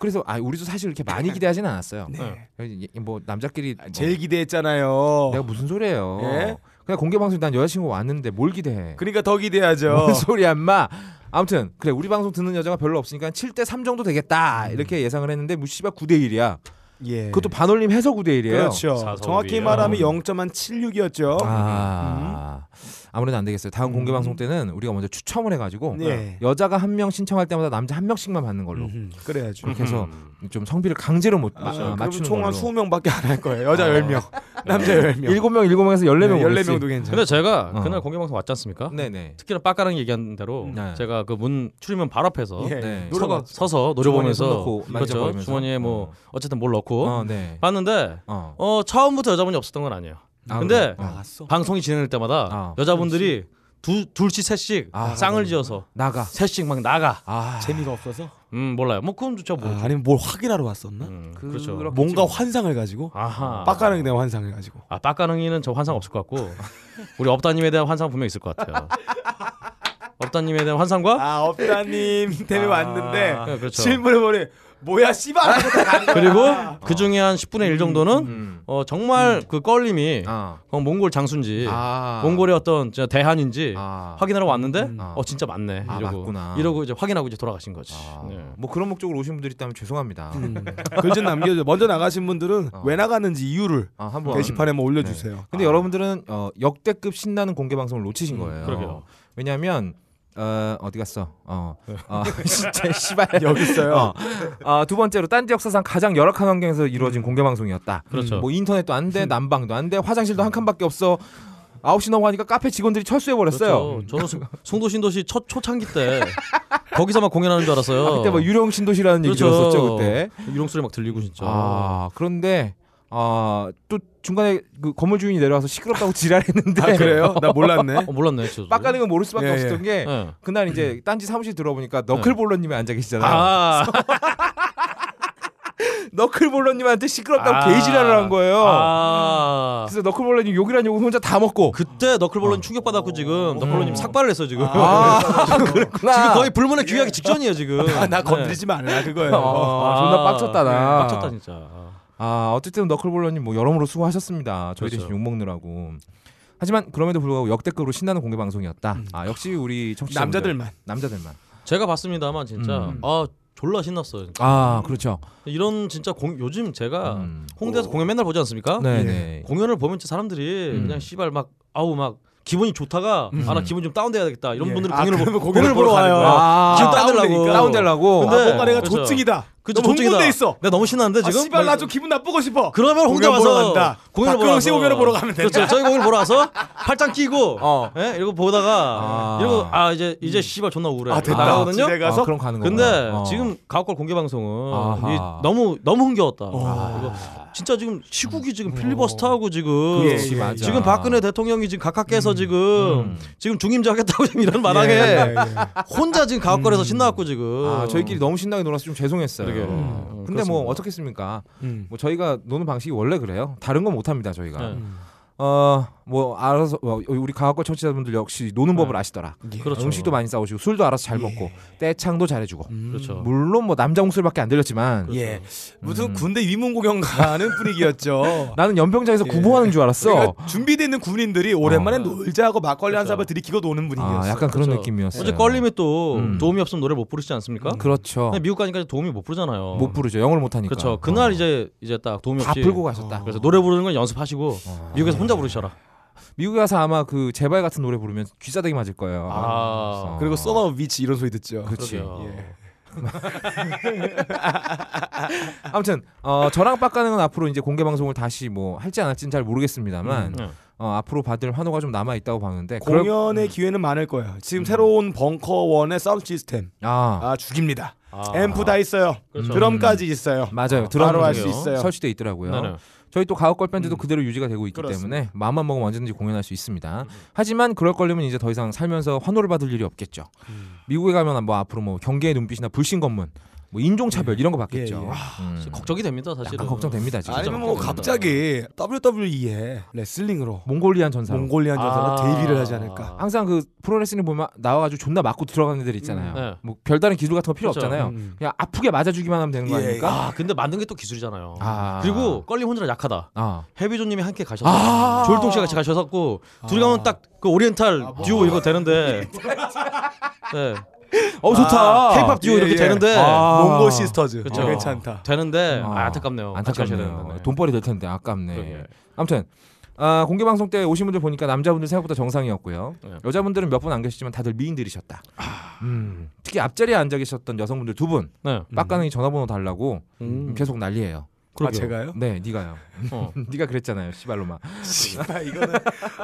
S2: 그래서 아 우리도 사실 이렇게 많이 기대하진 않았어요. 예, 뭐 남자끼리 뭐
S1: 제일 기대했잖아요.
S2: 내가 무슨 소리예요?
S1: 예?
S2: 그냥 공개 방송 난 여자친구 왔는데 뭘 기대해?
S1: 그러니까 더 기대하죠.
S2: 뭔 소리야, 인마. 아무튼 그래 우리 방송 듣는 여자가 별로 없으니까 7대 3 정도
S1: 음.
S2: 되겠다 이렇게 예상을 했는데 무시바 9대 1이야.
S1: 예.
S2: 그것도 반올림 예. 해서 9대 1이에요.
S1: 그렇죠.
S3: 사서
S1: 정확히
S3: 우리야.
S1: 말하면 0.176이었죠.
S2: 아. 아무래도 안 되겠어요. 다음 공개 방송 때는 우리가 먼저 추첨을 해가지고
S1: 네.
S2: 여자가 한 명 신청할 때마다 남자 한 명씩만 받는 걸로
S1: 음, 그래야죠.
S2: 그렇게 해서 좀 성비를 강제로 못
S1: 아,
S2: 아,
S1: 그럼
S2: 맞추는
S1: 총한
S2: 걸로.
S1: 20명밖에 안 할 거예요. 여자 10명, 남자 10명.
S2: 7명, 7명에서 14명.
S1: 네. 14명도 괜찮아요.
S3: 근데 제가
S2: 어.
S3: 그날 공개 방송 왔지 않습니까?
S2: 네네.
S3: 특히나 빠까랑 얘기한 대로
S2: 네.
S3: 제가 그 문 출입문 바로 앞에서
S1: 예.
S2: 네.
S3: 서가-
S1: 노래방
S3: 서서
S2: 주머니에
S3: 노려보면서
S2: 손 넣고
S3: 그렇죠
S2: 만져보면서.
S3: 주머니에 뭐
S2: 어.
S3: 어쨌든 뭘 넣고
S2: 어, 네.
S3: 봤는데
S2: 어.
S3: 어 처음부터 여자분이 없었던 건 아니에요.
S2: 아,
S3: 근데
S2: 그래. 어.
S3: 방송이 진행될 때마다
S2: 아,
S3: 여자분들이 두 둘씩 셋씩
S2: 아,
S3: 쌍을 지어서
S2: 나가.
S3: 셋씩 막 나가.
S2: 아.
S1: 재미가 없어서
S3: 음 몰라요. 뭐 그건 저 모르죠.
S1: 아, 아니면 뭘 확인하러 왔었나?
S3: 음,
S2: 그- 어,
S3: 그렇죠.
S2: 그렇-
S1: 뭔가 환상을 가지고
S3: 아하.
S1: 빡가는 내 환상을 가지고
S3: 아 빡가능이는 저 환상 없을 것 같고 우리 업다님에 대한 환상 분명 있을 것 같아요. 업다님에 대한 환상과
S1: 아 업다님 때문에 왔는데
S2: 아.
S3: 네, 그렇죠.
S1: 질문을 보니 뭐야 씨발
S3: 그리고 그 중에 한 10분의 1 정도는
S2: 아. 음.
S3: 어 정말 그 껄림이
S2: 아.
S3: 어, 몽골 장수인지
S2: 아.
S3: 몽골의 어떤 진짜 대한인지
S2: 아.
S3: 확인하러 왔는데
S2: 아.
S3: 어 진짜 맞네
S2: 아,
S3: 이러고
S2: 맞구나.
S3: 이러고 이제 확인하고 이제 돌아가신 거지. 네.
S2: 뭐 그런 목적으로 오신 분들 있다면 죄송합니다.
S1: 음. 글 좀 남겨줘 먼저 나가신 분들은
S2: 어.
S1: 왜 나가는지 이유를
S2: 아, 한번
S1: 게시판에 뭐 올려주세요
S2: 근데
S3: 아.
S2: 여러분들은 어, 역대급 신나는 공개 방송을 놓치신 거예요.
S3: 음, 그러게요. 네.
S2: 왜냐하면 어, 어디 갔어? 어, 어 진짜 씨발.
S1: 여기 있어요
S2: 어. 어, 두 번째로 딴지 역사상 가장 열악한 환경에서
S3: 음.
S2: 이루어진 공개 방송이었다.
S3: 그렇죠.
S2: 뭐 인터넷도 안 돼, 난방도 안 돼, 화장실도 한 칸밖에 없어. 9시 넘어가니까 카페 직원들이 철수해 버렸어요.
S3: 그렇죠. 저는 송- 송도신도시 첫 초창기 때 거기서 막 공연하는 줄 알았어요.
S2: 아, 그때 막 유령 신도시라는 얘기
S3: 그렇죠.
S2: 들었었죠 그때.
S3: 유령 소리 막 들리고 진짜.
S2: 아 그런데 아또 중간에 그 건물 주인이 내려와서 시끄럽다고 지랄했는데
S1: 아 그래요? 나 몰랐네
S3: 어, 몰랐네. 진짜.
S2: 빡가는 건 모를 수밖에
S1: 예, 예.
S2: 없었던 게
S3: 예.
S2: 그날 이제 딴지 사무실 들어보니까 너클볼러님이 앉아 계시잖아요.
S3: 아,
S2: 너클볼러님한테 시끄럽다고
S3: 아.
S2: 개지랄을 한 거예요.
S3: 아.
S2: 그래서 너클볼러님 욕이란 욕을 혼자 다 먹고.
S3: 그때 너클볼러님 충격받았고 지금 너클볼러님 삭발을 했어요 지금.
S2: 어. 음. 아,
S3: 지금
S2: 그랬구나.
S3: 거의 불문의 귀하기 직전이에요 지금.
S1: 아, 나
S3: 네.
S1: 건드리지 말라 그거예요
S2: 어, 존나 빡쳤다, 나.
S3: 네, 아. 빡쳤다 진짜. 아.
S2: 아 어쨌든 너클볼러님 뭐 여러모로 수고하셨습니다. 저희
S3: 그렇죠.
S2: 대신 욕 먹느라고. 하지만 그럼에도 불구하고 역대급으로 신나는 공개 방송이었다. 아 역시 우리 청취자
S1: 남자들만
S2: 남자들만.
S3: 제가 봤습니다만 진짜
S2: 음.
S3: 아 졸라 신났어요. 진짜.
S2: 아 그렇죠.
S3: 이런 진짜 공, 요즘 제가
S2: 음.
S3: 홍대에서 공연 맨날 보지 않습니까?
S2: 네네.
S3: 공연을 보면 진짜 사람들이
S2: 음.
S3: 그냥 씨발 막 아우 막 기분이 좋다가 아 나 기분 좀 다운돼야겠다 이런
S1: 음. 예.
S3: 분들은
S1: 아,
S3: 공연을, 보,
S1: 그러면
S3: 공연을 보러 가는 거야.
S2: 아,
S3: 기분 다운되려고.
S1: 다운되니까.
S2: 다운되려고.
S1: 아 뭔가 내가
S3: 그렇죠.
S1: 조증이다
S3: 그쵸,
S1: 너무
S3: 조증이다.
S1: 흥분돼 있어
S3: 내가 너무 신났는데
S1: 아
S3: 지금.
S1: 씨발
S3: 막
S1: 나 좀 기분 나쁘고 싶어
S3: 그러면 홍대
S1: 공연 보러
S3: 와서
S1: 간다.
S3: 공연을 보러
S1: 박근홍
S3: 와서
S1: 씨 공연을 보러 가면 된다.
S3: 그렇죠. 저희 공연 보러 와서 팔짱 끼고
S2: 어.
S3: 예, 이러고 보다가
S2: 아.
S3: 이러고 아 이제 이제 씨발 존나 우울해.
S1: 아 됐다
S3: 나가거든요.
S1: 집에 가서 어.
S2: 아, 그럼 가는 거.
S3: 근데 지금 가옥걸 공개 방송은
S2: 아하.
S3: 이 너무 너무 흥겨웠다.
S1: 어.
S3: 이거 진짜 지금 시국이 지금 필리버스터하고 지금
S1: 그렇지,
S2: 맞아.
S3: 지금 박근혜 대통령이 지금 각하께서 지금
S2: 음.
S3: 지금 중임자 하겠다고 지금 이런 마당에
S1: 예, 예, 예.
S3: 혼자 지금 가옥걸에서 신나갖고 지금
S2: 음. 아, 저희끼리 너무 신나게 놀아서 좀 죄송했어요.
S3: 어. 그러게요.
S2: 음.
S3: 음,
S2: 근데 뭐
S3: 그렇습니다.
S2: 어떻겠습니까?
S1: 음.
S2: 뭐 저희가 노는 방식이 원래 그래요. 다른 건 못합니다 저희가.
S3: 네.
S2: 어뭐 알아서 뭐 우리 강학과 청취자분들 역시 노는 법을 아시더라.
S1: 예.
S3: 그렇죠.
S2: 음식도 많이 싸우시고 술도 알아서 잘 먹고 떼창도 잘해주고.
S3: 그렇죠.
S2: 물론 뭐 남자 목소리밖에 안 들렸지만
S1: 예 무슨 군대 위문 공연 가는 분위기였죠
S2: 나는 연병장에서 구보하는 줄 알았어.
S1: 그러니까 준비돼 있는 군인들이 오랜만에 놀자고 막걸리 한 사발 들이키고 노는 분위기였어요.
S2: 아 약간 그런
S3: 그렇죠.
S2: 느낌이었어요.
S3: 어제 껄림이 또
S2: 음.
S3: 도움이 없으면 노래 못 부르지 않습니까?
S2: 그렇죠.
S3: 근데 미국 가니까 도움이 못 부르잖아요.
S2: 못 부르죠. 영어를 못하니까.
S3: 네, 그렇죠. 그날
S2: 어.
S3: 이제 이제 딱 도움이
S2: 다
S3: 없이
S2: 풀고
S1: 어.
S2: 가셨다. 어.
S3: 그래서 노래 부르는 건 연습하시고 미국에서 혼자 부르셔라.
S2: 미국에 가서 아마 그 제발 같은 노래 부르면 귀싸대기 맞을 거예요.
S3: 아.
S1: 그리고 서머 위치 이런 소리 듣죠.
S2: 어. 그렇지.
S3: 그러게요.
S1: 예.
S2: 아무튼 어, 저랑 빡가능은 앞으로 이제 공개 방송을 다시 뭐 할지 안 할지는 잘 모르겠습니다만
S3: 음.
S2: 어, 앞으로 받을 환호가 좀 남아 있다고 보는데 그럴-
S1: 공연의 기회는 많을 거예요. 지금 새로운 벙커원의 사운드 시스템
S2: 아,
S1: 아 죽입니다.
S3: 아.
S1: 앰프 다 있어요.
S3: 그렇죠.
S1: 드럼까지 있어요.
S2: 맞아요.
S1: 바로
S2: 드럼
S1: 할 수
S3: 중에요.
S1: 있어요. 음.
S2: 설치돼 있더라고요.
S3: 네네.
S2: 저희 또 가옥걸 밴드도 그대로 유지가 되고 있기
S1: 그렇습니다. 음,
S2: 때문에 마음만 먹으면 언제든지 공연할 수 있습니다. 하지만 그럴 걸리면 이제 더 이상 살면서 환호를 받을 일이 없겠죠.
S1: 음.
S2: 미국에 가면 뭐 앞으로 뭐 경계의 눈빛이나 불신 검문, 뭐 인종 차별 이런 거 받겠죠.
S1: 예, 예.
S2: 음,
S3: 진짜 아, 걱정이 됩니다, 사실은.
S2: 약간 걱정됩니다 지금.
S1: 아니면 뭐
S3: 진짜
S1: 갑자기 WWE에 레슬링으로
S2: 몽골리안 전사로.
S1: 몽골리안 전사가
S3: 아.
S1: 데뷔를 하지 않을까.
S2: 항상 그 프로레슬링 보면 나와가지고 존나 맞고 들어가는 애들 있잖아요.
S3: 음, 네.
S2: 뭐 별다른 기술 같은 거 필요
S3: 그렇죠.
S2: 없잖아요.
S1: 음.
S2: 그냥 아프게 맞아주기만 하면 되는 거
S1: 예,
S2: 아닙니까?
S3: 아, 근데 만든 게 또 기술이잖아요.
S2: 아.
S3: 그리고 껄림 혼자 약하다.
S2: 아,
S3: 해비조님이 함께 가셨어.
S2: 아.
S3: 요 조일동 씨가 같이 가셔갖고 둘이 가면 딱 그 오리엔탈 듀오 이거 되는데. 네.
S2: 어 좋다.
S3: 케이팝 듀오
S1: 예,
S3: 이렇게
S1: 예.
S3: 되는데
S2: 아.
S1: 몽골 시스터즈.
S3: 그렇죠.
S1: 어, 괜찮다.
S3: 되는데
S2: 아,
S3: 아, 안타깝네요. 네. 같이 가셔야 되는데.
S2: 안타깝네요.
S3: 네.
S2: 돈벌이 될 텐데 아깝네.
S3: 그러게.
S2: 아무튼 아, 공개 방송 때 오신 분들 보니까 남자분들 생각보다 정상이었고요.
S4: 네.
S2: 여자분들은 몇 분 안 계시지만 다들 미인들이셨다. 음, 특히 앞자리에 앉아 계셨던 여성분들 두 분,
S3: 네.
S2: 빡가능이 전화번호 달라고
S4: 음.
S2: 계속 난리예요.
S1: 아 제가요?
S2: 네, 네가요. 네가 그랬잖아요, 씨발로마.
S1: 씨발 아, 이거는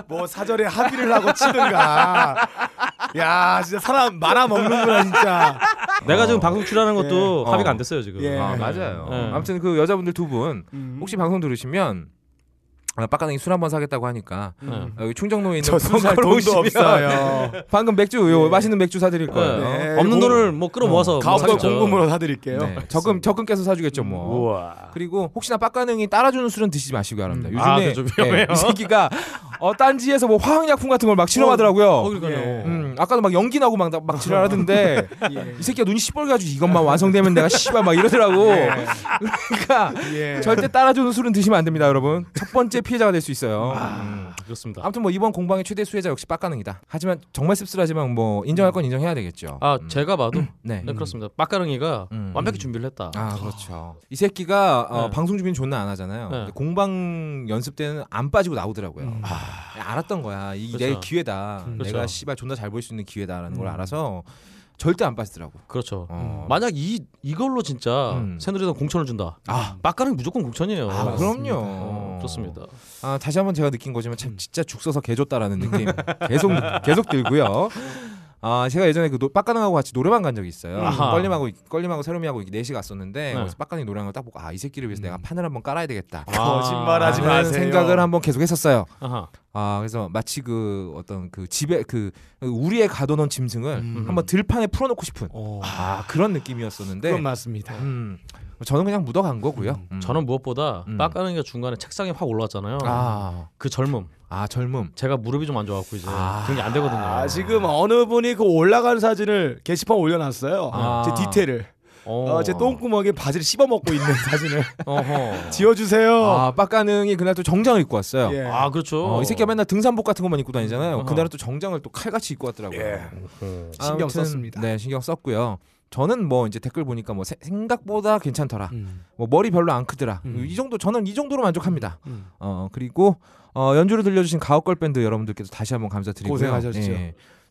S1: 뭐 사전에 합의를 하고 치든가. 야 진짜 사람 말아 먹는구나 진짜.
S3: 내가
S2: 어.
S3: 지금 방송 출연하는 것도
S2: 예.
S3: 합의가
S2: 어.
S3: 안 됐어요 지금.
S1: 예.
S2: 아, 맞아요.
S3: 네.
S2: 아무튼 그 여자분들 두 분
S1: 음.
S2: 혹시 방송 들으시면 아, 빡가능이 술 한번 사겠다고 하니까
S3: 네.
S2: 아, 여기 충정로에 있는
S1: 저술살
S2: 벙커로
S1: 돈도
S2: 오시면
S1: 없어요.
S2: 방금 맥주 요 맛있는 맥주 사드릴 거예요.
S1: 네.
S3: 그
S1: 공-
S3: 없는 돈을 뭐 끌어 모아서
S1: 가업과
S3: 사겠죠.
S1: 공금으로 사드릴게요.
S2: 네, 적금 적금 깨서 사주겠죠 뭐.
S4: 우와.
S2: 그리고 혹시나 빡가능이 따라주는 술은 드시지 마시기 바랍니다.
S1: 음.
S2: 요즘에
S3: 아, 그게 좀 위험해요.
S2: 예, 이 새끼가 어, 딴지에서 뭐 화학약품 같은 걸 막
S3: 어,
S2: 실험하더라고요.
S3: 그러니까요.
S2: 음, 아까도 막 연기 나고 막, 나- 막 지랄하던데
S1: 예.
S2: 이 새끼가 눈이 시뻘개가지고 이것만 완성되면 내가 씨발 막 이러더라고. 그러니까
S1: 예.
S2: 절대 따라주는 술은 드시면 안 됩니다, 여러분. 첫 번째 피해자가 될 수 있어요. 음.
S3: 아. 그렇습니다.
S2: 아무튼 뭐 이번 공방의 최대 수혜자 역시 빡가능이다. 하지만 정말 씁쓸하지만 뭐 인정할 건 인정해야 되겠죠.
S3: 아
S2: 음.
S3: 제가 봐도
S2: 네.
S3: 네, 그렇습니다. 빡가릉이가
S2: 음.
S3: 완벽히 준비를 했다.
S2: 아 그렇죠. 이 새끼가 어,
S3: 네.
S2: 방송 준비는 존나 안 하잖아요.
S3: 네. 음.
S2: 근데 공방 연습 때는 안 빠지고 나오더라고요. 아, 알았던 거야. 이게 내
S3: 그렇죠.
S2: 기회다.
S1: 음.
S2: 내가
S3: 그렇죠.
S2: 씨발 존나 잘 보일 수 있는 기회다라는 걸 알아서 절대 안 빠지더라고.
S3: 그렇죠.
S2: 어.
S3: 만약 이 이걸로 진짜
S2: 음.
S3: 새누리당 공천을 준다. 아 빡가릉 무조건 공천이에요.
S2: 아, 그럼요.
S3: 어, 그렇습니다.
S2: 아, 다시 한번 제가 느낀 거지만 참 진짜 죽 써서 개줬다라는 느낌 계속 계속 들고요. 아 제가 예전에 그 노- 빡가능하고 같이 노래방 간 적이 있어요.
S3: 아하.
S2: 껄림하고 껄림하고 세롬이하고 이렇게 넷이 갔었는데
S3: 네.
S2: 거기서 빡가능 노래방 딱 보고 아 이 새끼를 위해서 내가 판을 한번 깔아야 되겠다.
S1: 거짓말하지
S2: 라는
S1: 마세요.
S2: 생각을 한번 계속 했었어요.
S3: 아하.
S2: 아 그래서 마치 그 어떤 그 집에 그 우리에 가둬놓은 짐승을
S1: 음.
S2: 한번 들판에 풀어놓고 싶은 아 그런 느낌이었었는데
S1: 그건 맞습니다.
S2: 음, 저는 그냥 묻어간 거고요. 음.
S3: 저는 무엇보다
S2: 음.
S3: 빡가릉이가 중간에 책상에 확 올라왔잖아요.
S2: 아,
S3: 그 젊음.
S2: 아 젊음.
S3: 제가 무릎이 좀 안 좋아갖고 이제
S2: 아.
S3: 등이 안 되거든요.
S1: 아 지금 어느 분이 그 올라간 사진을 게시판 올려놨어요.
S2: 아.
S1: 제 디테일을
S3: 어.
S1: 어, 제 똥구멍에 바지를 씹어 먹고 있는 사진을
S3: 어허.
S1: 지어주세요.
S2: 아 빡가능이 그날 또 정장을 입고 왔어요.
S1: 예.
S3: 아 그렇죠.
S2: 어, 이 새끼가 맨날 등산복 같은 것만 입고 다니잖아요.
S3: 어.
S2: 그날은 또 정장을 또 칼같이 입고 왔더라고요.
S1: 예.
S3: 음.
S1: 신경
S2: 아무튼,
S1: 썼습니다.
S2: 네, 신경 썼고요. 저는 뭐 이제 댓글 보니까 뭐 세- 생각보다 괜찮더라.
S1: 음.
S2: 뭐 머리 별로 안 크더라.
S1: 음.
S2: 이 정도 저는 이 정도로 만족합니다.
S1: 음.
S2: 어 그리고 어, 연주를 들려주신 가옥걸 밴드 여러분들께도 다시 한번 감사드리고요. 예.
S1: 고생하셨죠.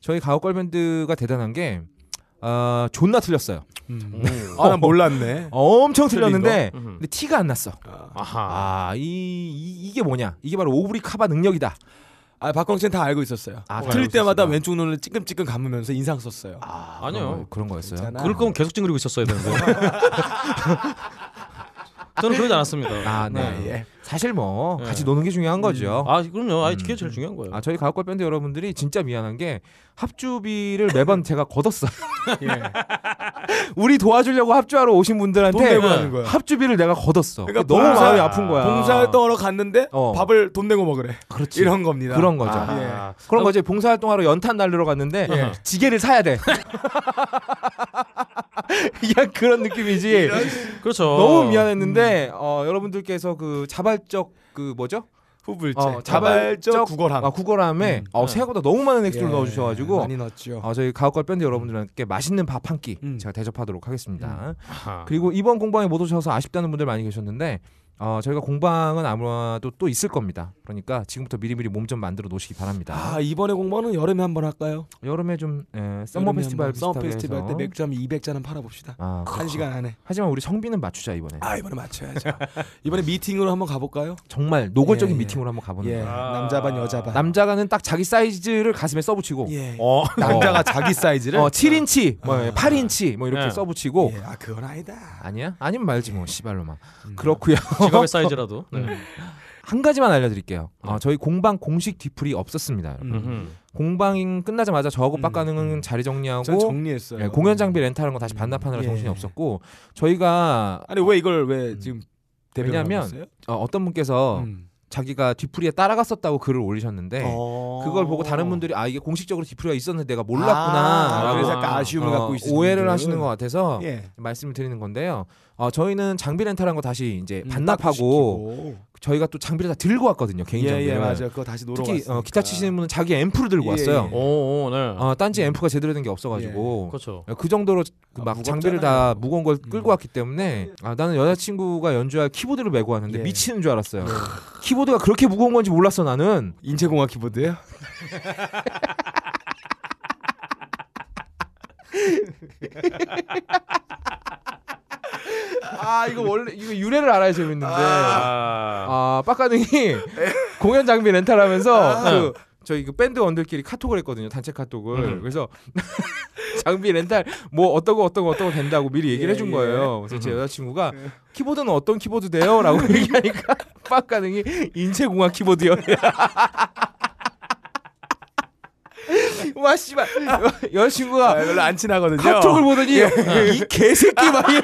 S2: 저희 가옥걸 밴드가 대단한 게 아, 존나 틀렸어요.
S1: 음.
S2: 음.
S1: 아난 몰랐네.
S2: 엄청 틀렸는데
S3: 거? 음흠.
S2: 근데 티가 안 났어.
S3: 아하.
S2: 아, 이, 이 이게 뭐냐? 이게 바로 오브리 카바 능력이다.
S1: 아 박광진 다 알고 있었어요.
S2: 아, 다
S1: 틀릴
S2: 알고
S1: 때마다
S2: 있었구나.
S1: 왼쪽 눈을 찌끔찌끔 감으면서 인상 썼어요.
S3: 아, 니요
S2: 그런, 거- 그런 거였어요.
S1: 괜찮아.
S3: 그럴 거면 계속 찡그리고 있었어야 되는데. 저는 그러지 않았습니다.
S2: 아, 네.
S1: 예.
S2: 사실 뭐
S3: 네.
S2: 같이 노는 게 중요한 거죠.
S3: 아 그럼요. 아 이게 제일 중요한 거예요.
S2: 아, 저희 가옥걸 밴드 여러분들이 진짜 미안한 게 합주비를 매번 제가 걷었어요.
S1: 예.
S2: 우리 도와주려고 합주하러 오신 분들한테
S1: 돈 내고 하는 거야.
S2: 합주비를 내가 걷었어.
S1: 그러니까
S2: 너무
S1: 봉사-
S2: 마음이 아픈 거야.
S1: 봉사활동하러 갔는데
S2: 어. 아,
S1: 밥을 돈 내고 먹으래.
S2: 그렇지.
S1: 이런 겁니다.
S2: 그런 거죠.
S1: 예.
S2: 그런 거지 봉사활동하러 연탄 날리러 갔는데
S1: 예.
S2: 지게를 사야 돼. 그냥 그런 느낌이지.
S3: 그렇죠.
S2: 너무 미안했는데
S1: 음.
S2: 어, 여러분들께서 그 자발적 그 뭐죠?
S1: 후불제
S2: 어,
S1: 자발적
S2: 자발적
S1: 구걸함.
S2: 아, 구걸함에
S3: 음.
S2: 어,
S3: 네.
S2: 생각보다 너무 많은 액수를
S1: 예.
S2: 넣어주셔가지고
S1: 많이 넣었죠.
S2: 어, 저희 가옥걸 밴드 여러분들께 맛있는 밥 한 끼
S1: 음.
S2: 제가 대접하도록 하겠습니다.
S3: 아하.
S2: 그리고 이번 공방에 못 오셔서 아쉽다는 분들 많이 계셨는데 어, 저희가 공방은 아마도 또 있을 겁니다. 그러니까 지금부터 미리미리 몸 좀 만들어 놓으시기 바랍니다.
S1: 아 이번에 공모는 여름에 한번 할까요?
S2: 여름에 좀 에, 썸머
S1: 여름에
S2: 페스티벌
S1: 한번 썸머
S2: 비슷하게
S1: 페스티벌
S2: 해서.
S1: 때 맥주 하면 200잔은 팔아봅시다.
S2: 아,
S1: 한 시간 안에.
S2: 하지만 우리 성비는 맞추자 이번에
S1: 아 이번에 맞춰야죠. 이번에 미팅으로 한번 가볼까요?
S2: 정말 노골적인
S1: 예, 예.
S2: 미팅으로 한번 가보는
S1: 예.
S2: 거예요.
S1: 남자 반 여자 반.
S2: 아. 남자가는 딱 자기 사이즈를 가슴에 써붙이고
S1: 예.
S3: 어.
S1: 남자가 자기 사이즈를.
S2: 그
S1: 아,
S2: 어, 7인치, 뭐 8인치 뭐 이렇게
S3: 예.
S2: 써붙이고
S1: 예. 아 그건 아니다.
S2: 아니야? 아니면 말지 뭐 시발로만 그렇고요.
S3: 지갑의 사이즈라도.
S2: 음.
S3: 네.
S2: 한 가지만 알려드릴게요. 아, 저희 공방 공식 뒤풀이 없었습니다.
S1: 음.
S3: 네. 음흠.
S2: 공방 끝나자마자 저하고
S1: 음.
S2: 빡가능은 자리 정리하고
S1: 전 정리했어요.
S2: 예, 공연 장비 렌탈하는 거 다시 반납하느라
S1: 예.
S2: 정신이 없었고 저희가
S1: 음. 아니 왜 이걸 왜 지금 대변을
S2: 음. 왜냐면
S1: 하고 있어요?
S2: 어, 어떤 분께서
S1: 음.
S2: 자기가 뒤풀이에 따라갔었다고 글을 올리셨는데
S1: 어.
S2: 그걸 보고 다른 분들이 아 이게 공식적으로 뒤풀이가 있었는데 내가 몰랐구나
S1: 아,
S2: 라고
S1: 그래서
S3: 아.
S1: 약간 아쉬움을
S2: 어,
S1: 갖고 있으신
S2: 오해를
S1: 분들은.
S2: 하시는 것 같아서
S1: 예.
S2: 말씀을 드리는 건데요. 어, 저희는 장비 렌탈한 거 다시 이제
S1: 음,
S2: 반납하고
S1: 시키고.
S2: 저희가 또 장비를 다 들고 왔거든요. 개인
S1: 예예
S2: 장비를.
S1: 맞아요. 그거 다시 놀러
S2: 특히
S1: 왔으니까.
S2: 어, 기타 치시는 분은 자기 앰프를 들고
S1: 예,
S2: 왔어요.
S1: 예. 음.
S3: 오, 오, 네.
S2: 어, 딴지 앰프가 제대로 된 게 없어가지고
S3: 그렇죠.
S2: 그 정도로 그
S1: 아,
S2: 막
S1: 무겁잖아요. 음.
S2: 장비를 다 무거운 걸 끌고 왔기 때문에 아, 나는 여자친구가 연주할 키보드를 메고 왔는데
S1: 예.
S2: 미치는 줄 알았어요. 키보드가 그렇게 무거운 건지 몰랐어 나는.
S1: 인체공학 키보드예요?
S2: 아 이거 원래 이거 유래를 알아야 재밌는데. 아,
S3: 아,
S2: 빡가능이 공연 장비 렌탈하면서
S1: 아.
S2: 그 저희 그 밴드 원들끼리 카톡을 했거든요. 단체 카톡을.
S3: 음.
S2: 그래서 장비 렌탈 뭐 어떠고 어떠고 어떠고 된다고 미리 얘기를
S1: 예,
S2: 해준
S1: 예.
S2: 거예요. 그래서 제 여자친구가 키보드는 어떤 키보드 돼요?라고 얘기하니까 빡가능이 인체공학 키보드요. 와 씨발 여자친구가
S1: 아, 별로 안 친하거든요.
S2: 카톡을 보더니 이 개새끼 말이야.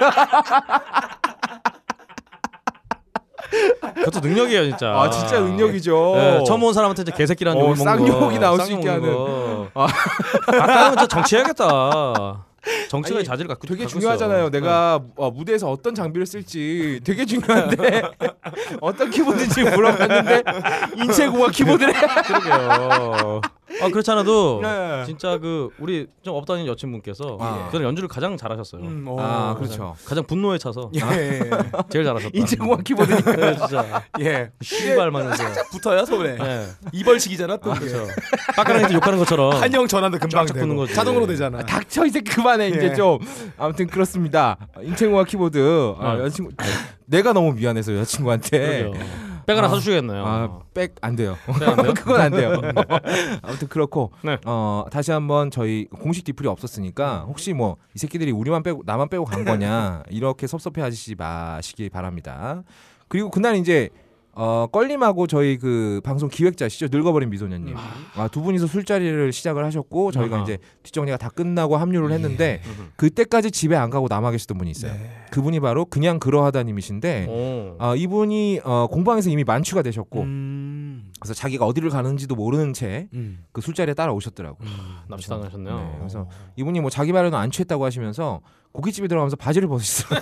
S3: 아, 그것도 능력이에요, 진짜.
S2: 아 진짜 능력이죠.
S3: 네, 처음 온 사람한테 이제 개새끼라는
S2: 어,
S3: 욕 먹는 거.
S2: 쌍욕이 나올 수 있게
S3: 쌍욕 먹는
S2: 하는. 아.
S3: 거. 아까는 진짜 정치해야겠다. 정치가의
S2: 아니,
S3: 자질을 갖고
S2: 되게
S3: 갖고
S2: 중요하잖아요.
S3: 있어요.
S2: 내가 어, 무대에서 어떤 장비를 쓸지 되게 중요한데 어떤 키보드인지 물어봤는데 인체공학 키보드래.
S3: 그러게요. 아 그렇지 않아도
S2: 네.
S3: 진짜 그 우리 좀 업다니는 여친분께서
S2: 아.
S3: 저는 연주를 가장 잘하셨어요.
S1: 음, 어.
S2: 아 그렇죠. 아.
S3: 가장 분노에 차서
S1: 예, 예.
S3: 제일 잘하셨다.
S2: 인체공학 키보드니까.
S3: 네, 진짜
S1: 예.
S3: 씨발 맞는데.
S1: 붙어요 손에.
S2: 예.
S3: 네.
S1: 이벌식이잖아 또. 어.
S3: 그렇죠. 빡가랑이한테 욕하는 것처럼.
S1: 한영 전환도 금방
S3: 쫙쫙
S1: 되고
S3: 붙는 거지.
S1: 자동으로 되잖아.
S2: 닥쳐 이제 그만해
S1: 예.
S2: 이제 좀 아무튼 그렇습니다. 인체공학 키보드 아,
S3: 아.
S2: 여자친구 내가 너무 미안해서 여자친구한테
S3: 그러게요. 백 하나
S2: 아.
S3: 사주시겠네요.
S2: 아백 안 돼요.
S3: 네, 안 돼요?
S2: 그건 안 돼요. 아무튼 그렇고
S3: 네.
S2: 어, 다시 한번 저희 공식 디플이 없었으니까 혹시 뭐 이 새끼들이 우리만 빼고 나만 빼고 간 거냐 이렇게 섭섭해하시지 마시길 바랍니다. 그리고 그날 이제 어, 껄림하고 저희 그 방송 기획자시죠 늙어버린 미소녀님
S3: 음.
S2: 아, 두 분이서 술자리를 시작을 하셨고 저희가
S3: 아하.
S2: 이제 뒷정리가 다 끝나고
S3: 예.
S2: 합류를 했는데
S3: 음.
S2: 그때까지 집에 안 가고 남아 계시던 분이 있어요.
S3: 네.
S2: 그분이 바로 그냥 그러하다님이신데
S3: 오.
S2: 아, 이분이 어, 공방에서 이미 만취가 되셨고
S1: 음.
S2: 그래서 자기가 어디를 가는지도 모르는 채 그
S1: 음.
S2: 술자리에 따라오셨더라고요.
S3: 납치당하셨네요.
S2: 네, 그래서 이분이 뭐 자기 발에는 안 취했다고 하시면서 고깃집에 들어가면서 바지를 벗으셨어요.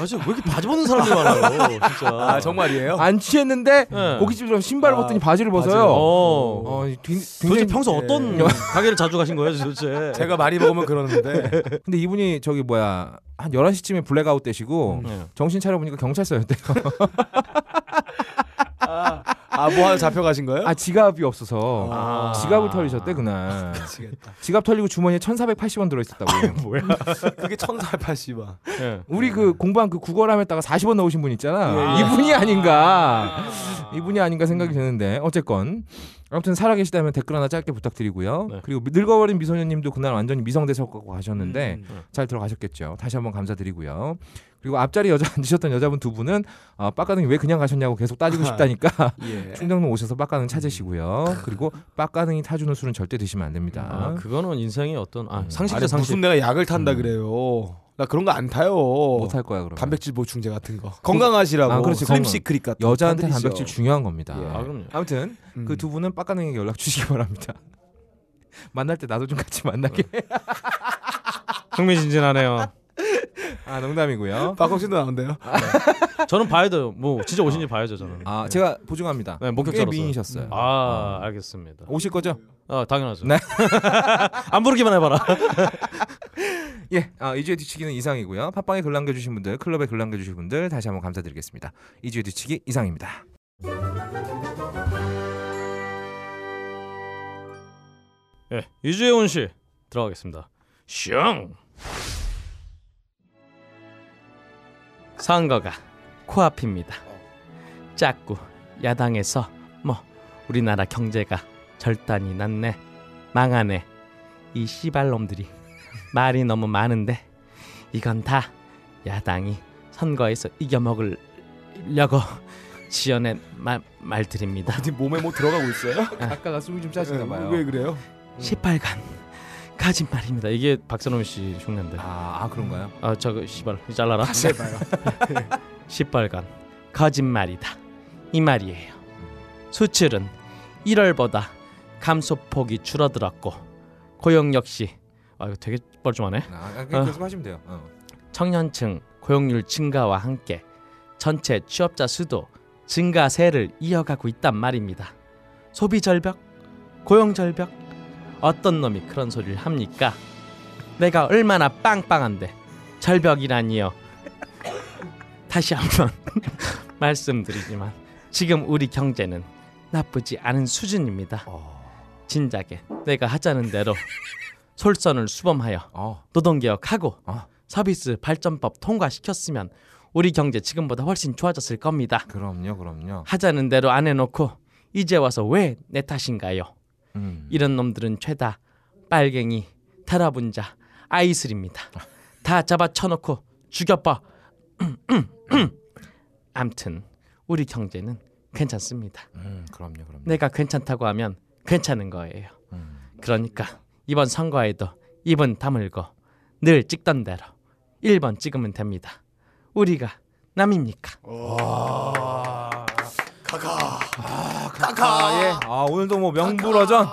S3: 아, 진짜 왜 이렇게 바지 벗는 사람들이 많아요, 진짜.
S1: 아 정말이에요?
S2: 안 취했는데
S3: 네.
S2: 고깃집에 들어가서 신발을
S1: 아,
S2: 벗더니 바지를 벗어요.
S1: 바지를.
S3: 어.
S2: 어, 굉-
S3: 도대체
S2: 굉장히
S3: 평소 어떤
S1: 예.
S3: 가게를 자주 가신 거예요, 도대체?
S1: 제가 많이 먹으면 그러는데.
S2: 근데 이분이 저기 뭐야 한 11시쯤에 블랙아웃 되시고
S3: 네.
S2: 정신 차려보니까 경찰서였대요.
S1: 아뭐 하나 잡혀가신 거예요?
S2: 아 지갑이 없어서
S1: 아.
S2: 지갑을 털리셨대 그날.
S1: 미치겠다.
S2: 지갑 털리고 주머니에 1,480원 들어있었다고.
S3: 뭐야?
S1: 그게 천사팔십아.
S3: 예.
S2: 우리 그 공방 그 구걸함에다가 40원 넣으신 분 있잖아.
S1: 음. 예, 음. 예.
S2: 이분이 아닌가. 이분이 아닌가 생각이 드는데 어쨌건 아무튼 살아계시다면 댓글 하나 짧게 부탁드리고요.
S3: 네.
S2: 그리고 늙어버린 미소녀님도 그날 완전히 미성대석하고 가셨는데
S1: 음.
S2: 잘 들어가셨겠죠. 다시 한번 감사드리고요. 그리고 앞자리 여자 앉으셨던 여자분 두 분은 아, 빡가능이 왜 그냥 가셨냐고 계속 따지고 싶다니까
S1: 예.
S2: 충정동 오셔서 빡가능
S1: 음.
S2: 찾으시고요. 그리고 빡가능이 타주는 술은 절대 드시면 안 됩니다.
S3: 아, 그거는 인생의 어떤 아,
S1: 아니,
S3: 상식이죠,
S1: 무슨
S3: 상식.
S1: 내가 약을 탄다
S2: 음.
S1: 그래요. 나 그런 거 안 타요.
S2: 못할 거야 그러면.
S1: 단백질 보충제 같은 거. 건강하시라고.
S2: 아, 그렇지,
S1: 슬림
S2: 건강.
S1: 시크릿 같은 거
S2: 여자한테
S1: 타드리죠.
S2: 단백질 중요한 겁니다.
S1: 예.
S3: 아, 그럼요.
S2: 아무튼
S1: 음.
S2: 그 두 분은 빡가능에게 연락 주시기 바랍니다. 만날 때 나도 좀 같이 만나게.
S3: 흥미진진하네요.
S2: 아 농담이고요.
S1: 박광 씨도 나온대요.
S3: 저는 봐야 돼요. 뭐 진짜 오신지 봐야죠, 저는.
S2: 아 제가 보증합니다.
S3: 네,
S2: 꽤
S3: 목격자로서.
S2: 미인이셨어요.
S3: 아, 알겠습니다.
S2: 오실 거죠?
S3: 아, 당연하죠.
S2: 네.
S3: 안 부르기만 해봐라.
S2: 예. 아, 이주의 뒤치기는 이상이고요. 팟빵에 글 남겨주신 분들, 클럽에 글 남겨주신 분들 다시 한번 감사드리겠습니다. 이주의 뒤치기 이상입니다.
S3: 예, 이주혜 온씨 들어가겠습니다. 슝. 선거가 코앞입니다. 자꾸 야당에서 뭐 우리나라 경제가 절단이 났네, 망하네 이 씨발놈들이 말이 너무 많은데 이건 다 야당이 선거에서 이겨먹으려고 지어낸 말 말들입니다.
S1: 어디 몸에 뭐 들어가고 있어요?
S2: 아까가 숨이 좀
S1: 예, 왜 그래요?
S3: 18간 가짓말입니다. 이게 박선홍 씨 흉내인데.
S2: 아, 아 그런가요?
S3: 아, 저거 씨발 잘라라.
S1: 다시 해봐요.
S3: 18간 거짓말이다. 이 말이에요. 수출은 1월보다 감소폭이 줄어들었고 고용 역시 아 이거 되게 뻘쭘하네.
S2: 아, 아, 그냥
S3: 아.
S2: 계속 하시면 돼요. 어.
S3: 청년층 고용률 증가와 함께
S8: 전체 취업자 수도 증가세를 이어가고 있단 말입니다. 소비 절벽, 고용 절벽. 어떤 놈이 그런 소리를 합니까? 내가 얼마나 빵빵한데 절벽이라니요. 다시 한번 말씀드리지만 지금 우리 경제는 나쁘지 않은 수준입니다. 진작에 내가 하자는 대로 솔선을 수범하여
S2: 어.
S8: 노동개혁하고
S2: 아.
S8: 서비스 발전법 통과시켰으면 우리 경제 지금보다 훨씬 좋아졌을 겁니다.
S2: 그럼요, 그럼요.
S8: 하자는 대로 안 해놓고 이제 와서 왜 내 탓인가요?
S2: 음.
S8: 이런 놈들은 죄다 빨갱이, 탈아분자, 아이슬입니다. 다 잡아쳐놓고 죽여봐. 암튼 우리 경제는 괜찮습니다.
S2: 음, 그럼요, 그럼요.
S3: 네.
S8: 내가 괜찮다고 하면 괜찮은 거예요.
S2: 음.
S8: 그러니까 이번 선거에도 입은 다물고 늘 찍던 대로 1번 찍으면 됩니다. 우리가 남입니까?
S2: 아, 예. 아, 오늘도 뭐 명불허전.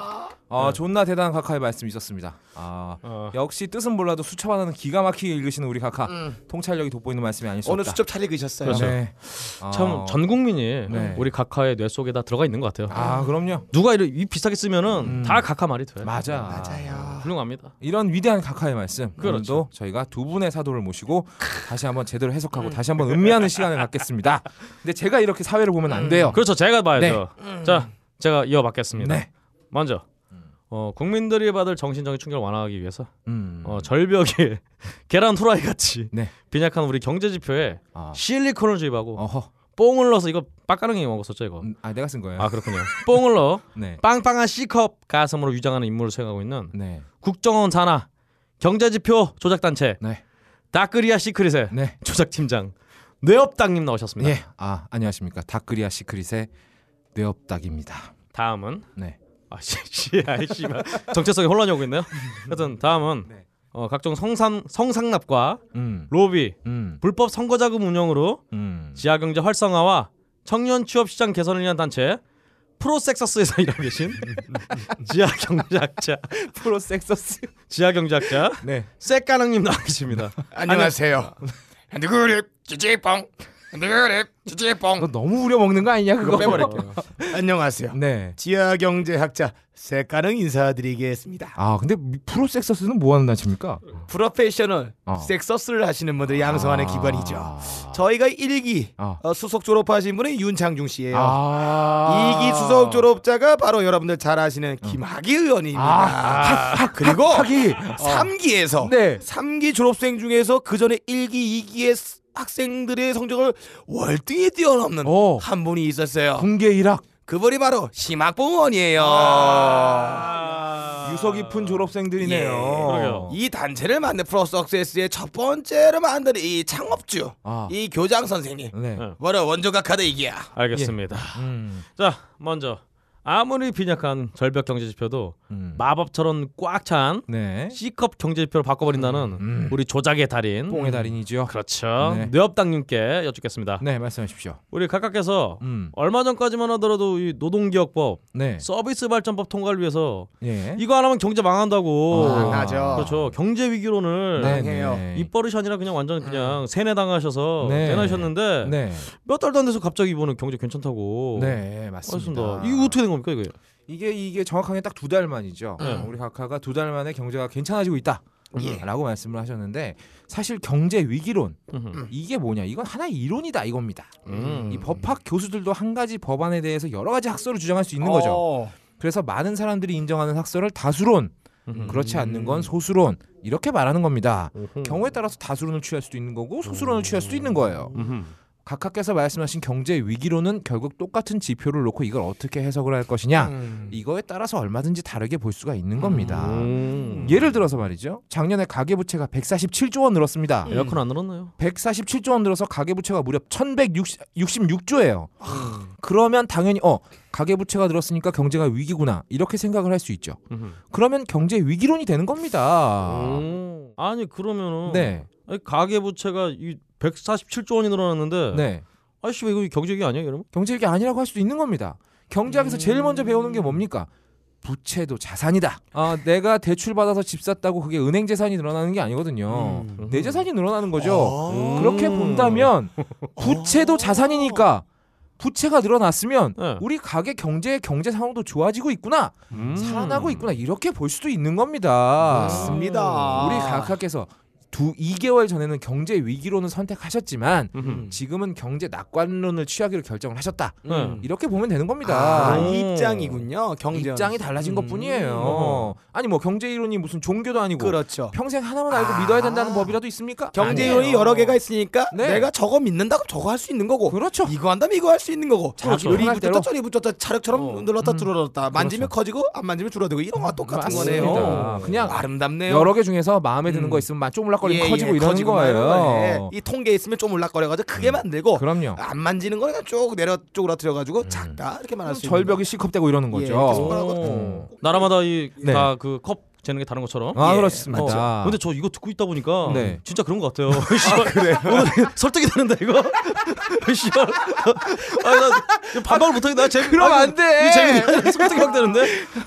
S2: 아,
S3: 네.
S2: 존나 대단한 카카의 말씀이 있었습니다. 아,
S3: 어.
S2: 역시 뜻은 몰라도 수첩 하나는 기가 막히게 읽으시는 우리 카카. 통찰력이 돋보이는 말씀이 아닐 수
S1: 오늘
S2: 없다.
S1: 수첩 잘 읽으셨어요.
S2: 네. 아,
S3: 참 그렇죠. 전 국민이
S2: 네.
S3: 우리 각하의 뇌 속에 다 들어가 있는 것 같아요.
S2: 아, 그럼요.
S3: 누가 이렇게 이 비싸게 쓰면은
S2: 음.
S3: 다 각하 말이 돼. 네,
S2: 맞아.
S3: 훌륭합니다.
S2: 이런 위대한 카카의 말씀
S3: 그렇죠.
S2: 오늘도 저희가 두 분의 사도를 모시고 다시 한번 제대로 해석하고 다시 한번 음미하는 시간을 갖겠습니다. 근데 제가 이렇게 사회를 보면 안 돼요.
S3: 그렇죠. 제가 봐야죠. 음. 자, 제가 이어받겠습니다.
S2: 네.
S3: 먼저 어, 국민들이 받을 정신적인 충격을 완화하기 위해서
S2: 음.
S3: 어, 절벽에 계란 후라이 같이
S2: 네.
S3: 빈약한 우리 경제 지표에
S2: 아.
S3: 실리콘을 주입하고
S2: 어허.
S3: 뽕을 넣어서 이거 빡가능이 먹었었죠 이거.
S2: 음, 아, 내가 쓴 거예요.
S3: 아 그렇군요. 뽕을 넣어
S2: 네.
S3: 빵빵한 C컵 가슴으로 위장하는 임무를 수행하고 있는
S2: 네.
S3: 국정원 산하 경제지표 조작단체
S2: 네.
S3: 다크리아 시크릿의
S2: 네.
S3: 조작팀장 뇌업당님 나오셨습니다.
S2: 예. 아, 안녕하십니까. 닭그리아 시크릿의 뇌업닭입니다.
S3: 다음은
S2: 네.
S3: 아, 씨, 씨, 아이, 씨발. 정체성이 혼란이 오고 있네요. 하여튼 다음은
S2: 네.
S3: 어, 각종 성산, 성상납과
S2: 음.
S3: 로비,
S2: 음.
S3: 불법 선거자금 운영으로
S2: 음.
S3: 지하경제 활성화와 청년 취업시장 개선을 위한 단체 프로섹서스에서 일하고 계신 지하경제학자
S2: 프로섹서스.
S3: 지하경제학자
S2: 네. 아,
S3: 쌔까랑님 나와 계십니다.
S1: 안녕하세요. 누구를 지지뽕. 누구를
S2: 너
S1: 지지뽕.
S2: 너무 우려 먹는 거 아니냐 그거.
S1: 그거 빼버릴게요. 안녕하세요.
S2: 네.
S1: 지하 경제학자 색가능 인사드리겠습니다.
S2: 아, 근데 프로섹서스는 뭐 하는 단체입니까?
S1: 프로페셔널
S2: 어.
S1: 섹서스를 하시는 분들 양성하는
S2: 아.
S1: 기관이죠. 저희가 1기 어,
S2: 아.
S1: 수석 졸업하신 분은 윤창중 씨예요.
S2: 아.
S1: 2기 아. 수석 졸업자가 바로 여러분들 잘 아시는 김학의 의원입니다. 그리고
S2: 아. 하기. 어.
S1: 3기에서
S2: 네.
S1: 3기 졸업생 중에서 그 전에 1기, 2기의 학생들의 성적을 월등히 뛰어넘는
S2: 어.
S1: 한 분이 있었어요.
S2: 공개 일학.
S1: 그분이 바로 심학봉 의원이에요.
S2: 아, 유서 깊은 졸업생들이네요.
S1: 예,
S3: 그러게요.
S1: 이 단체를 만든 프로석세스의 첫 번째로 만든 이 창업주,
S2: 아.
S1: 이 교장 선생님.
S2: 네.
S3: 네.
S1: 뭐라 원조가 카드 이기야.
S3: 알겠습니다.
S2: 음.
S3: 자, 먼저 아무리 빈약한 절벽 경제 지표도
S2: 음.
S3: 마법처럼 꽉 찬
S2: 네.
S3: C컵 경제 지표로 바꿔버린다는
S2: 음.
S3: 우리 조작의 달인
S2: 뽕의 달인이죠.
S3: 그렇죠.
S2: 네.
S3: 뇌업당님께 여쭙겠습니다.
S2: 네, 말씀하십시오.
S3: 우리 각각께서
S2: 음.
S3: 얼마 전까지만 하더라도 이 노동기억법,
S2: 네.
S3: 서비스 발전법 통과를 위해서
S2: 예.
S3: 이거 안 하면 경제 망한다고.
S2: 아,
S1: 망하죠.
S3: 그렇죠. 경제 위기론을
S2: 네,
S1: 해요.
S2: 네.
S3: 입버릇이 아니라 그냥 완전 그냥 세뇌당하셔서
S2: 네.
S3: 내놔셨는데
S2: 네.
S3: 몇 달도 안 돼서 갑자기 이번에 경제 괜찮다고.
S2: 네,
S3: 맞습니다.
S2: 맞습니다.
S3: 이거 어떻게 된 겁니까 이거?
S2: 이게 이게 정확하게 딱 두 달 만이죠.
S3: 네.
S2: 우리 각하가 두 달 만에 경제가 괜찮아지고 있다.
S3: 예.
S2: 라고 말씀을 하셨는데 사실 경제 위기론
S3: 음흠.
S2: 이게 뭐냐 이건 하나의 이론이다 이겁니다.
S3: 음.
S2: 이 법학 교수들도 한 가지 법안에 대해서 여러 가지 학설을 주장할 수 있는 거죠. 그래서 많은 사람들이 인정하는 학설을 다수론
S3: 음흠.
S2: 그렇지 않는 건 소수론 이렇게 말하는 겁니다. 경우에 따라서 다수론을 취할 수도 있는 거고 소수론을 취할 수도 있는 거예요.
S3: 음흠.
S2: 각하께서 말씀하신 경제 위기론은 결국 똑같은 지표를 놓고 이걸 어떻게 해석을 할 것이냐 이거에 따라서 얼마든지 다르게 볼 수가 있는 겁니다.
S3: 음.
S2: 아. 예를 들어서 말이죠. 작년에 가계부채가 147조 원 늘었습니다.
S3: 에어컨 안 늘었나요?
S2: 147조 원 늘어서 가계부채가 무려 1166조예요. 그러면 당연히 어 가계부채가 늘었으니까 경제가 위기구나 이렇게 생각을 할 수 있죠.
S3: 음흠.
S2: 그러면 경제 위기론이 되는 겁니다.
S3: 오. 아. 아니 그러면은
S2: 네,
S3: 아니, 가계 부채가 이 147조 원이 늘어났는데
S2: 네.
S3: 아씨 이거 경제 위기 아니야 이러면?
S2: 음. 경제 위기 아니라고 할 수도 있는 겁니다. 경제학에서 제일 먼저 배우는 게 뭡니까? 부채도 자산이다. 아, 내가 대출 받아서 집 샀다고 그게 은행 재산이 늘어나는 게 아니거든요. 내 재산이 음. 늘어나는 음. 거죠. 음.
S1: 아.
S2: 그렇게 본다면 부채도 자산이니까 부채가 늘어났으면
S3: 네.
S2: 우리 가게 경제 경제 상황도 좋아지고 있구나. 음.
S1: 음.
S2: 살아나고 있구나. 이렇게 볼 수도 있는 겁니다.
S1: 맞습니다.
S2: 우리 각하께서 두 2개월 전에는 경제 위기론을 선택하셨지만 지금은 경제 낙관론을 취하기로 결정을 하셨다.
S3: 네.
S2: 이렇게 보면 되는
S1: 음.
S2: 겁니다.
S1: 아, 이 입장이군요. 경제
S2: 음. 입장이 달라진
S1: 음.
S2: 것뿐이에요. 아니 뭐 경제 이론이 무슨 종교도 아니고
S1: 그렇죠.
S2: 평생 하나만 알고
S1: 아.
S2: 믿어야 된다는 법이라도 있습니까?
S1: 경제
S2: 아니에요.
S1: 이론이 여러 개가 있으니까
S2: 네.
S1: 내가 저거 믿는다 그럼 저거 할 수 있는 거고
S2: 그렇죠.
S1: 이거 한다면 이거 할 수 있는 거고
S2: 자기
S1: 요리
S2: 편할
S1: 붙였다
S2: 대로. 음. 그렇죠.
S1: 저리 붙였다 차력처럼 눌렀다 줄어들었다 만지면 커지고 안 만지면 줄어들고 이런 거 똑같은
S2: 맞습니다.
S1: 거네요
S2: 그냥
S1: 아름답네요
S2: 여러 개 중에서 마음에 드는
S1: 음.
S2: 거 있으면 쪼물락거리면
S1: 예,
S2: 커지고
S1: 예,
S2: 이러는
S1: 커지고 말고,
S2: 거예요. 음.
S1: 예. 이 통계 있으면 좀 올락거려가지고 크게 만들고
S2: 그럼요. 음.
S1: 안 만지는 거는 그냥 쭉 내려 쪼그라뜨려가지고 작다 이렇게
S2: 아,
S1: 말할 수 있는
S2: 절벽이 시컵되고 이러는
S1: 거죠. 예,
S2: 거죠.
S1: 이렇게 손가락으로
S2: 어.
S3: 나라마다
S2: 네.
S3: 이 다 그 컵 재는 게 다른 것처럼. 어.
S2: 아
S1: 예,
S2: 그렇습니다.
S3: 근데 저 이거 듣고 있다 보니까
S2: 네.
S3: 진짜 그런 것 같아요. 그래요? 오늘 설득이 되는데 이거. 씨발. 아니 나 반박을 못하겠나 재미.
S2: 그럼 안 돼. 네.
S3: 이 재미 설득이 안 되는데.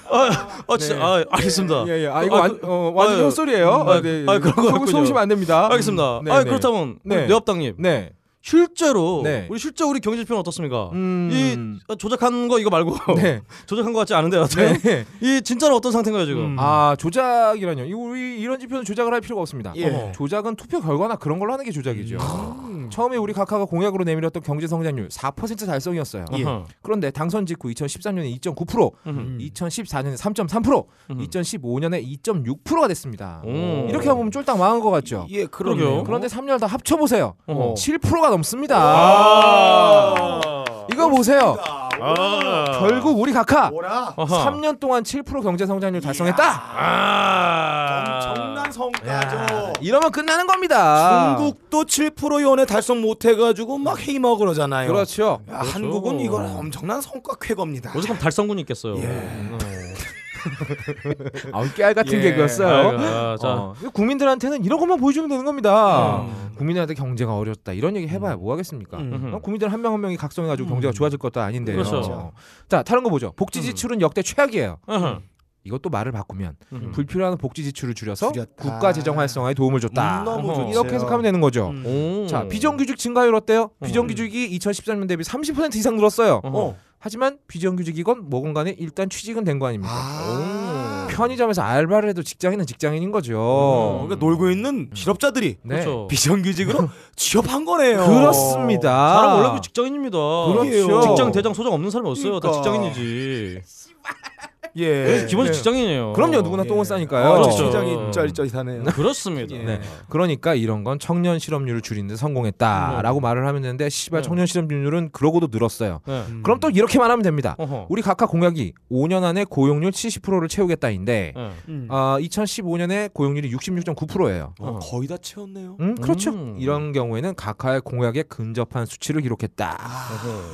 S3: 아, 아 진짜 아, 알겠습니다.
S2: 예, 예. 아 이거 완,
S3: 그-
S2: 어, 완전
S3: 아,
S2: 헛소리예요.
S3: 아, 아, 그런 거 같군요.
S2: 속으시면 안 됩니다.
S3: 알겠습니다.
S2: 음, 네,
S3: 아
S2: 네.
S3: 그렇다면
S2: 네.
S3: 우리 내업당님
S2: 네.
S3: 실제로
S2: 네.
S3: 우리 실제 우리 경제지표는 어떻습니까?
S2: 음.
S3: 이 아, 조작한 거 이거 말고
S2: 네.
S3: 조작한 거 같지 않은데 어때?
S2: 네.
S3: 이 진짜는 어떤 상태인가요 지금?
S2: 아 조작이라뇨. 이 우리 이런 지표는 조작을 할 필요가 없습니다.
S1: 예.
S2: 어. 조작은 투표 결과나 그런 걸로 하는 게 조작이죠. 처음에 우리 각하가 공약으로 내밀었던 경제 성장률 4% 달성이었어요.
S3: 어허.
S2: 그런데 당선 직후 2013년에 2.9%,
S3: 음.
S2: 2014년에 3.3%, 2015년에 2.6%가 됐습니다.
S3: 오.
S2: 이렇게 보면 쫄딱 망한 것 같죠.
S1: 예
S3: 그러게요.
S1: 그러게요
S2: 그런데 3년 다 합쳐 보세요.
S3: 어허.
S2: 7%가 넘습니다.
S3: 아.
S2: 이거 보세요.
S3: 아.
S2: 결국 우리 각하
S1: 뭐라
S3: 어허.
S2: 3년 동안 7% 경제 성장률 달성했다.
S3: 아.
S1: 엄청난 성과죠
S2: 이러면 끝나는 겁니다.
S1: 중국도 7% 연에 달성 못해가지고 막 해임하고 그러잖아요
S2: 그렇죠.
S1: 야, 한국은 이건 엄청난 성과 쾌거입니다
S3: 오죽하면 달성군이 있겠어요.
S1: 예.
S3: 음.
S2: 아우 깨알 같은
S1: 예.
S2: 개그였어요.
S3: 아이고, 아, 자.
S2: 어, 국민들한테는 이런 것만 보여주면 되는
S1: 아.
S2: 겁니다.
S1: 음.
S2: 국민한테 경제가 어렵다 이런 얘기 해봐야 뭐 하겠습니까?
S3: 음흠.
S2: 어, 국민들 한 명 한 명이 각성해가지고 경제가 좋아질 것도 아닌데요. 어.
S3: 그렇죠.
S2: 자 다른 거 보죠. 복지 지출은 역대 최악이에요.
S3: 어허.
S2: 이것도 말을 바꾸면
S3: 음.
S2: 음. 불필요한 복지 지출을 줄여서
S1: 줄였다.
S2: 국가 재정 활성화에 도움을 줬다.
S1: 음, 너무
S2: 어허.
S1: 좋죠.
S2: 이렇게 해석하면 되는 거죠.
S1: 음.
S3: 오.
S2: 자 비정규직 증가율 어때요? 비정규직이 2013년 대비 30% 이상 늘었어요.
S3: 어허.
S1: 어.
S2: 하지만 비정규직이건 뭐건 간에 일단 취직은 된 거 아닙니까?
S1: 아
S2: 편의점에서 알바를 해도 직장인은 직장인인 거죠.
S1: 어, 그러니까 놀고 있는 실업자들이
S2: 네.
S3: 그렇죠.
S1: 비정규직으로 취업한 거네요.
S2: 그렇습니다.
S3: 사람 원래 그 직장인입니다.
S2: 아. 그렇죠.
S3: 직장 대장 소장 없는 사람이 없어요. 다
S1: 그러니까.
S3: 직장인이지.
S1: 예.
S3: 기본이
S1: 예.
S3: 직장인이에요.
S2: 그럼요. 누구나
S1: 예.
S2: 똥을
S1: 아,
S2: 싸니까요.
S3: 그렇죠.
S1: 굉장히 짜릿짜릿하네요.
S3: 그렇습니다.
S1: 예.
S2: 네. 그러니까 이런 건 청년 실업률을 줄이는데
S1: 음.
S2: 성공했다라고 말을 하면 되는데 시발
S3: 네.
S2: 청년 실업률은 그러고도 늘었어요.
S3: 네.
S1: 음.
S2: 그럼 또 이렇게만 하면 됩니다.
S3: 어허.
S2: 우리 각하 공약이 5년 안에 고용률 70%를 채우겠다인데
S3: 네.
S1: 음.
S2: 아 2015년에 고용률이 66.9%예요.
S1: 어, 거의 다 채웠네요.
S2: 음, 그렇죠.
S3: 음.
S2: 이런 경우에는 각하의 공약에 근접한 수치를 기록했다.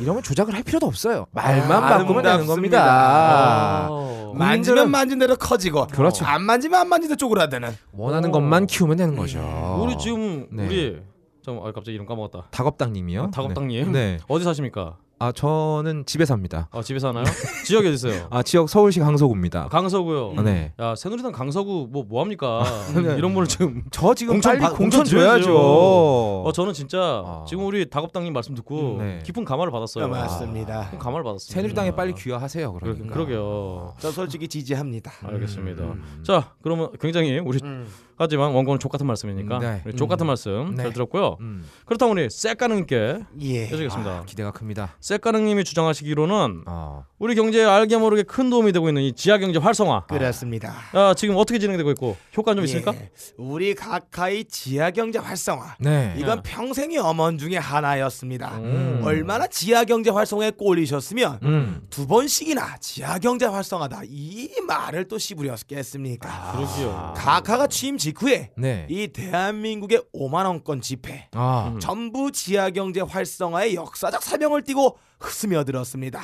S2: 이러면 조작을 할 필요도 없어요. 말만 바꾸면 되는
S1: 아, 아름답습니다.
S2: 겁니다.
S3: 어.
S1: 만지면 만진 대로 커지고
S2: 그렇죠.
S1: 안 만지면 안 만진 대로 쪼그라드는
S2: 원하는 것만 키우면 되는 거죠.
S3: 음. 우리 지금
S2: 네.
S3: 우리 좀 아, 갑자기 이름 까먹었다.
S2: 다겁당님이요?
S3: 아,
S2: 네.
S3: 다겁당님.
S2: 네.
S3: 어디 사십니까?
S2: 아 저는 집에 삽니다.
S3: 아, 집에 사나요? 지역이 어디 있어요?
S2: 아 지역 서울시 강서구입니다.
S3: 강서구요.
S2: 아, 네. 아,
S3: 야 새누리당 강서구 뭐 뭐 합니까? 이런 분을 지금
S2: 저 지금
S3: 공천
S2: 빨리
S3: 받-
S2: 공천
S3: 공천 줘야죠.
S2: 줘야죠.
S3: 어 저는 진짜
S2: 아.
S3: 지금 우리 다급당님 말씀 듣고
S2: 음, 네.
S3: 깊은 감화를 받았어요.
S1: 아, 맞습니다.
S3: 깊은 감화를 받았어요.
S2: 새누리당에 빨리 귀화하세요. 그러니까. 아, 음.
S3: 그러게요
S1: 저 솔직히 지지합니다.
S3: 어.
S1: 음,
S3: 알겠습니다. 자 그러면 굉장히 우리 하지만 원고는 족 같은 말씀이니까
S2: 음, 네.
S3: 우리 족 같은 말씀
S2: 네.
S3: 잘 들었고요.
S2: 음,
S3: 그렇다면 우리 셀가능님께
S1: 예.
S3: 해주겠습니다.
S2: 아, 기대가 큽니다.
S3: 셀가능님이 주장하시기로는
S2: 어.
S3: 우리 경제에 알게 모르게 큰 도움이 되고 있는 이 지하 경제 활성화.
S1: 그렇습니다.
S3: 아, 지금 어떻게 진행되고 있고 효과 좀 있습니까?
S1: 예. 우리 각하의 지하 경제 활성화.
S2: 네.
S1: 이건 평생의 엄원 중에 하나였습니다.
S3: 음.
S1: 얼마나 지하 경제 활성화에 꼴리셨으면
S2: 음.
S1: 두 번씩이나 지하 경제 활성화다 이 말을 또
S3: 아.
S1: 씨부렸겠습니까? 아.
S3: 그러게요.
S1: 각하가 취임 직후에
S2: 네.
S1: 이 음. 대한민국의 5만 원권 집회
S2: 아.
S1: 전부 지하 경제 활성화의 역사적 사명을 띠고 스며들었습니다.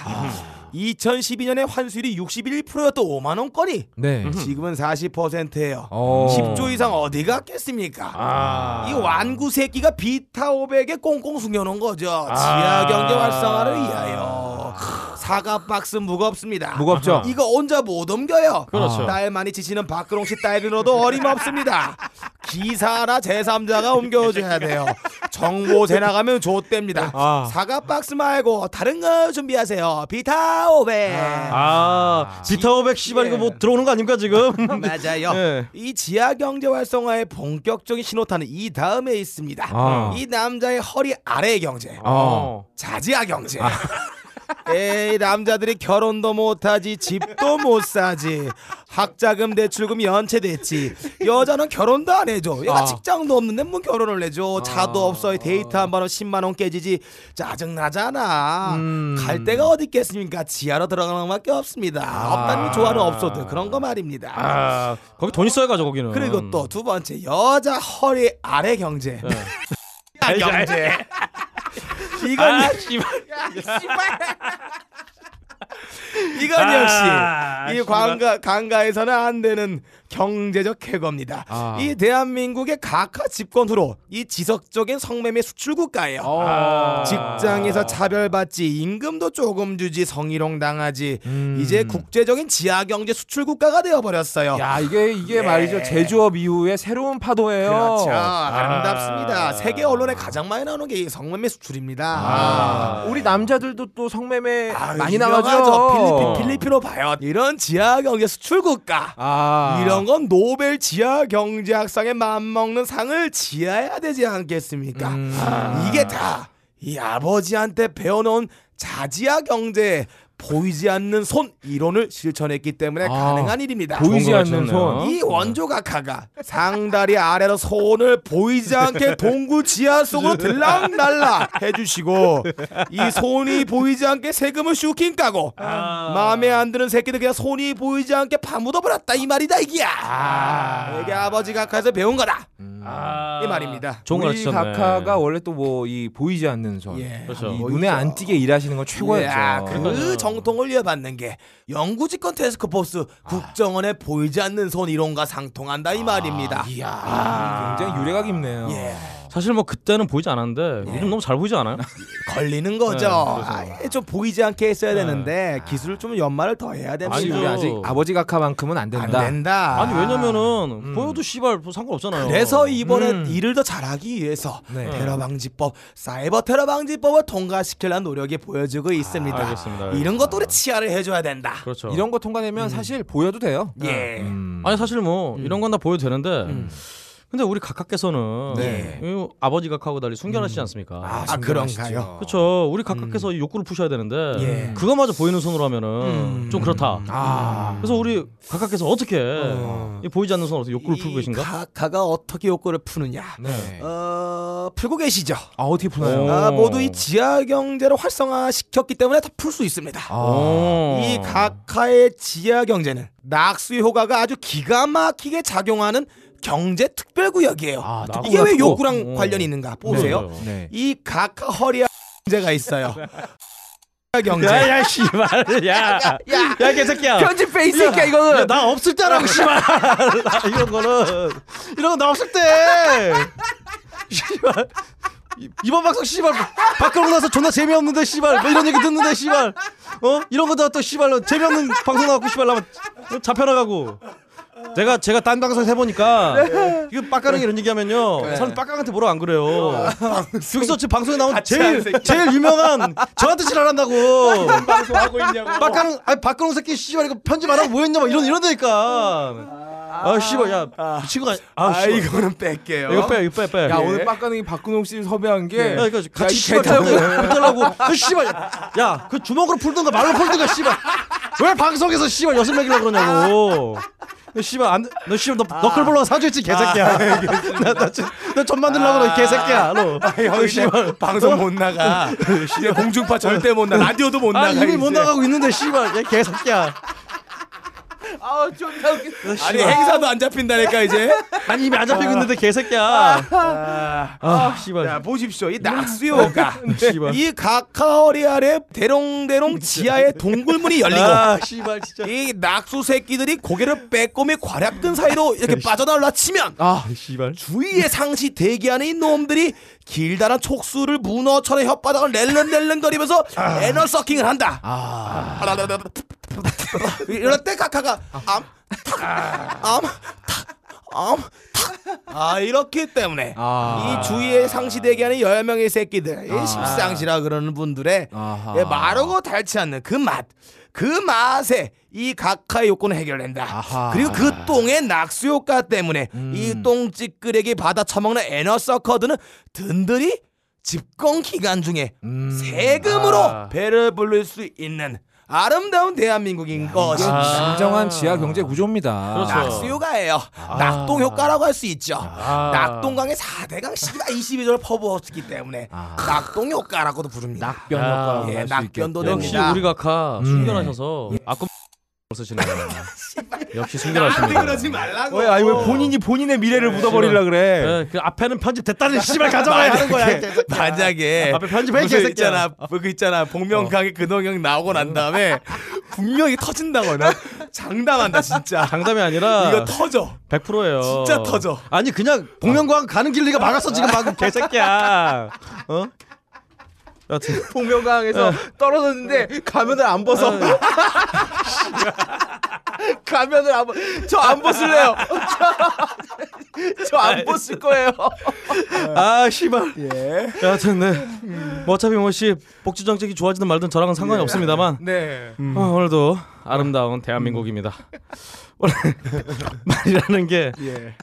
S1: 2012년에 환수율이 61%였던 5만 원권이
S2: 네.
S1: 지금은 40%예요.
S2: 어.
S1: 10조 이상 어디 갔겠습니까?
S3: 아.
S1: 이 완구 새끼가 비타 500에 꽁꽁 숨겨놓은 거죠. 지하 경제 활성화를 위하여. 크, 사과 박스 무겁습니다.
S2: 무겁죠?
S1: 이거 혼자 못 옮겨요. 아.
S3: 그렇죠.
S1: 딸 많이 지치는 박근홍 씨 딸들로도 어림없습니다. 기사나 제3자가 옮겨줘야 돼요. 정보 재나가면 좆됩니다.
S3: 아.
S1: 사과 박스 말고 다른 거 준비하세요. 비타 오백.
S3: 아, 비타오백 씨발 이거 뭐 들어오는 거 아닙니까 지금?
S1: 맞아요.
S3: 예.
S1: 이 지하 경제 활성화의 본격적인 신호탄은 이 다음에 있습니다.
S2: 아.
S1: 이 남자의 허리 아래 경제,
S2: 어.
S1: 자지하 경제. 에이 남자들이 결혼도 못하지 집도 못 사지 학자금 대출금 연체됐지 여자는 결혼도 안 해줘 얘가 직장도 없는데 뭐 결혼을 해줘 차도 없어 데이트 한 번은 10만 원 깨지지 짜증나잖아 갈 데가 어디 있겠습니까 지하로 들어가는 것밖에 없습니다 없다면 좋아는 없어도 그런 거 말입니다
S3: 아, 거기 돈 있어야 가죠 거기는.
S1: 그리고 또 두 번째 여자 허리 아래 경제. 아, 경제. 이건
S3: 아,
S1: 이건 역시
S3: 아,
S1: 이 관가 강가에서는 안 되는 경제적 쾌거입니다. 이 대한민국의 각하 집권후로 이 지속적인 성매매 수출 국가예요. 직장에서 차별받지 임금도 조금 주지 성희롱 당하지 이제 국제적인 지하 경제 수출 국가가 되어 버렸어요.
S2: 야 이게 이게 말이죠 제조업 이후의 새로운 파도예요. 아.
S1: 그렇죠. 아름답습니다. 세계 언론에 가장 많이 나오는 게 이 성매매 수출입니다. 아.
S2: 우리 남자들도 또 성매매 많이
S1: 유명하죠.
S2: 나가죠.
S1: 필리핀, 필리핀어 봐요. 이런 지하 경제 수출 국가.
S2: 아
S1: 이런 건 노벨 지하 경제학상에 맞먹는 상을 지어야 되지 않겠습니까? 아. 이게 다 이 아버지한테 배워놓은 자지하 경제 보이지 않는 손 이론을 실천했기 때문에 가능한 일입니다.
S2: 보이지 않는
S3: 정보가
S2: 손.
S1: 이 원조 각하가 상다리 아래로 손을 보이지 않게 동구 지하 속으로 들락날락 해주시고 이 손이 보이지 않게 세금을 슈킹 까고 마음에 안 드는 새끼들 그냥 손이 보이지 않게 파묻어버렸다 이 말이다 이게야 이게 아버지 각하에서 배운 거다 아. 이 말입니다
S3: 종을
S2: 우리
S3: 치셨네.
S2: 각하가 원래 또 뭐 이 보이지 않는 손.
S1: 예,
S3: 그렇죠.
S2: 이
S1: 멋있죠.
S2: 눈에 안 띄게 일하시는 건 최고였죠.
S1: 야, 그 정통을 이어받는 게 영구집권 테스크포스 국정원의 보이지 않는 손 이론과 상통한다 아, 이 말입니다
S2: 음, 굉장히 유래가 깊네요.
S1: 예.
S3: 사실 뭐 그때는 보이지 않았는데 요즘 너무 잘 보이지 않아요?
S1: 걸리는
S3: 네,
S1: 거죠. 아예 좀 보이지 않게 했어야
S3: 아.
S1: 되는데 기술 좀 연말을 더 해야 됩니다.
S2: 아니 우리 아직 아버지 각하만큼은 안
S1: 안
S2: 된다.
S1: 된다.
S3: 아니 왜냐면은 보여도 씨발 뭐 상관없잖아요.
S1: 그래서 이번에
S2: 음.
S1: 일을 더 잘하기 위해서
S2: 네.
S1: 테러 방지법, 사이버 테러 방지법을 통과시키려는 노력이 보여지고 있습니다.
S3: 아, 알겠습니다.
S1: 이런 것도 우리 치아를 해줘야 된다.
S3: 그렇죠.
S2: 이런 거 통과되면 사실 보여도 돼요.
S1: 음. 예.
S2: 음.
S3: 아니 사실 뭐 이런 건 다 보여도 되는데 근데 우리 각하께서는
S1: 네.
S3: 이 아버지 각하고 달리 숨겨놨지 않습니까?
S1: 아, 그런가요?
S3: 그렇죠. 우리 각각께서 이 욕구를 푸셔야 되는데
S1: 예.
S3: 그거마저 보이는 손으로 하면은
S1: 음.
S3: 좀 그렇다.
S1: 아.
S3: 그래서 우리 각각께서 어떻게
S1: 어.
S3: 이 보이지 않는 손으로 어떻게 욕구를 풀고 계신가?
S1: 가카가 어떻게 욕구를 푸느냐?
S2: 네.
S1: 어, 풀고 계시죠.
S2: 아 어떻게
S3: 어.
S2: 푸나요?
S1: 아, 모두 이 지하 경제를 활성화시켰기 때문에 다 풀 수 있습니다.
S2: 아.
S3: 어.
S1: 이 각하의 지하 경제는 낙수의 효과가 아주 기가 막히게 작용하는 경제 특별구역이에요.
S2: 아,
S1: 이게 왜
S2: 특구.
S1: 욕구랑
S3: 어.
S1: 관련이 있는가 보세요.
S3: 네.
S2: 네.
S1: 이 각하 허리 경제가 있어요. 경제.
S3: 야야 씨발 야야 그- 개새끼야
S2: 편집해 이 새끼야
S3: 야,
S2: 이거는.
S3: 나 없을 때라고 씨발 나 이런 거는 이런 거 나 없을 때 씨발 이- 이번 방송 씨발 밖으로 나서 존나 재미없는데 씨발 뭐 이런 얘기 듣는데 씨발 어 이런 거다또 씨발 재미없는 방송 나왔고 씨발 나면 잡혀나가고 제가 제가 딴 방송 해보니까 이거 빡가릉 이런 얘기하면요 사람 빡가한테 뭐라 안 그래요 여기서 지금 방송에 나온 제일 제일 유명한 저한테 지랄한다고
S4: 하고 있냐고.
S3: 빡가는 아니 박근홍 새끼 씨발 이거 편집 안 하고 뭐 했냐 막 이런 이런다니까. 아 씨발 야 친구가 아
S1: 아,
S3: 씨발
S1: 이거는 뺄게요.
S3: 이거 빼 이거 빼 빼.
S2: 야 오늘 빡가능이 박근홍 씨 섭외한 게.
S3: 네. 예. 야, 이거 같이
S2: 이
S3: 씨발
S2: 개다운
S3: 붙달라고 그 씨발 야그 주먹으로 풀든가 말로 풀든가 씨발 왜 방송에서 씨발 여섯 명이라 그러냐고 너 씨발 안너 씨발 너 너클볼러 사주했지 개새끼야 나나너 만들라고 너 개새끼야 너너
S1: 형이 씨발
S3: 씨발 어?
S1: 방송 못 나가. 이제 공중파 절대 못 나가. 라디오도 못
S3: 아
S1: 나가.
S3: 이미 못
S1: 이제.
S3: 나가고 있는데 씨발 야 개새끼야
S4: 아우 존나 웃겨. 아니
S3: 씨발.
S4: 행사도 안 잡힌다니까 이제.
S3: 아니 이미 안 잡히고 있는데 개새끼야. 아, 씨발.
S1: 자 보십시오 이 낙수효가
S3: 어, 씨발.
S1: 이 카카오리 아래 대롱대롱 지하에 동굴문이 열리고
S3: 아, 씨발 진짜.
S1: 이 낙수 새끼들이 고개를 빼꼼히 과략근 사이로 이렇게 빠져나올라 치면
S3: 아, 씨발.
S1: 주위에 상시 대기하는 이 놈들이 길다란 촉수를 문어처럼 혓바닥을 낼렁낼렁거리면서
S3: 아.
S1: 에너 서킹을 한다. 아. 이럴 때 카카가 암, 탁, 암, 탁, 암, 탁. 아 이렇기 때문에
S2: 아.
S1: 이 주위에 상시 대기하는 열 명의 새끼들, 이 십상시라 그러는 분들의
S2: 아하.
S1: 예, 마르고 닳지 않는 그 맛, 그 맛에 이 각하의 요건을 해결된다.
S2: 아하. 음.
S1: 그리고 그 똥의 낙수 효과 때문에 이 똥찌끄레기 받아 처먹는 에너서커드는 든든히 집권 기간 중에 세금으로
S3: 아.
S1: 배를 불릴 수 있는 아름다운 대한민국인 것입니다.
S2: 아. 진정한 지하 경제 구조입니다.
S1: 그렇죠. 낙수효과예요. 낙동 효과라고 할 수 있죠. 낙동강의 4대강 시기가 22조를 퍼부었기 때문에 낙동 효과라고도 부릅니다.
S2: 변
S8: 아,
S2: 효과라고
S1: 예,
S2: 할수
S1: 낙변도
S2: 있겠고.
S8: 어, 역시
S1: 됩니다.
S8: 우리가
S3: 음.
S8: 가 숨겨나셔서
S3: 예.
S8: 아까 쓰시네요. 역시 숨겨나십니다.
S1: 말라고.
S2: 왜, 아니 왜 본인이 본인의 미래를 묻어버리려 그래?
S8: 네, 그 앞에는 편집 됐다는
S3: 씨발 가져와야 하는 거야.
S1: 만약에
S3: 앞에 편집해,
S1: 무슨
S3: 개새끼야.
S1: 있잖아 그 있잖아 복면가게 근홍형 나오고 난 다음에 분명히 터진다거나 장담한다 진짜
S3: 장담이 아니라
S1: 이거 터져
S3: 100%예요.
S1: 진짜 터져.
S3: 아니 그냥 복면가왕 가는 길 네가 막았어 지금 방금 개새끼야. 어? 여튼
S2: 동명강에서 떨어졌는데 가면을 안 벗어. 가면을 안 벗. 저안 벗을래요. 저 안 벗을 거예요.
S3: 아 씨발. 여하튼 네.
S8: 음.
S3: 뭐 어차피 뭐씨 복지 정책이 좋아지든 말든 저랑은
S8: 예.
S3: 상관이 없습니다만
S1: 네
S8: 음.
S3: 어, 오늘도 아름다운 대한민국입니다. 원래 말이라는 게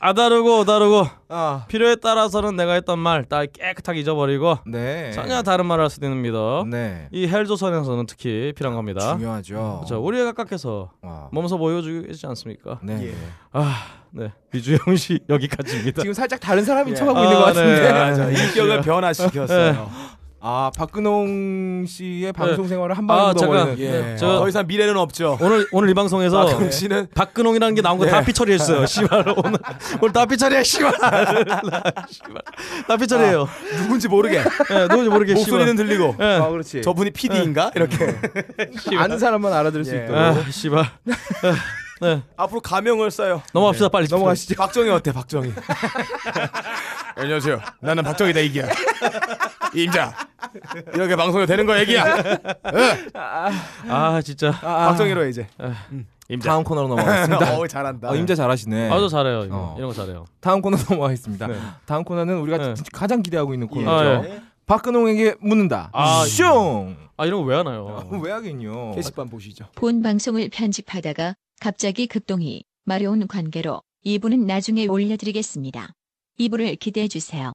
S3: 아다르고 오다르고
S2: 아,
S3: 필요에 따라서는 내가 했던 말 다 깨끗하게 잊어버리고
S2: 네.
S3: 전혀 다른 말을 할 수도 있는 믿어.
S2: 네.
S3: 이 헬조선에서는 특히 필요한 겁니다.
S2: 중요하죠. 어.
S3: 자, 우리의 각각께서
S2: 와.
S3: 몸소 보여주지 않습니까?
S2: 네.
S3: 아, 네. 이주영 씨 여기까지입니다.
S2: 지금 살짝 다른 사람인 척하고
S3: 아,
S2: 있는 것 같은데.
S3: 네. 예.
S1: 맞아 인격을 변화시켰어요
S2: 아 박근홍 씨의 방송 생활을 한
S3: 아,
S2: 방에
S3: 잠깐.
S2: 묻어버리는.
S3: 네.
S1: 어,
S3: 저
S1: 더 이상 미래는 없죠
S3: 오늘 오늘 이 방송에서
S1: 박근홍 씨는
S3: 박근홍이라는 게 나온 거 다 피처리해 주세요. 씨발 오늘 오늘 다 피처리해 씨발. 씨발. 다 피처리해요.
S1: 누군지 모르게
S3: 예, 누군지 모르게
S1: 목소리는 들리고
S3: 씨발. 예.
S2: 아 그렇지.
S1: 저분이 PD인가 이렇게
S2: 예. 아는 사람만 알아들을 수
S1: 예.
S2: 있도록.
S3: 아, 씨발.
S1: 앞으로 가명을 써요
S3: 넘어갑시다 빨리. 넘어가시죠.
S1: 박정희 어때 박정희 안녕하세요 나는 박정희다 이기야 임자 이렇게 방송이 되는 거야 애기야
S3: 아, 진짜.
S1: 박정희로 해, 이제
S2: 다음 코너로 넘어가겠습니다.
S1: 어우 잘한다
S2: 어, 임자 잘하시네.
S8: 아주 잘해요. 이거.
S2: 어.
S8: 이런 거 잘해요.
S2: 다음 코너 넘어가겠습니다. 다음 코너는 우리가
S8: 네.
S2: 진짜 가장 기대하고
S1: 예.
S2: 있는 코너죠.
S3: 어,
S8: 아,
S3: 예.
S2: 박근홍에게 묻는다.
S8: 아,
S2: 슝.
S8: 아 이런 거 왜 하나요?
S2: 왜 하긴요.
S1: 게시판 보시죠
S5: 본 방송을 편집하다가 갑자기 급동이 마려운 관계로 이부는 나중에 올려드리겠습니다. 이부를 기대해 주세요.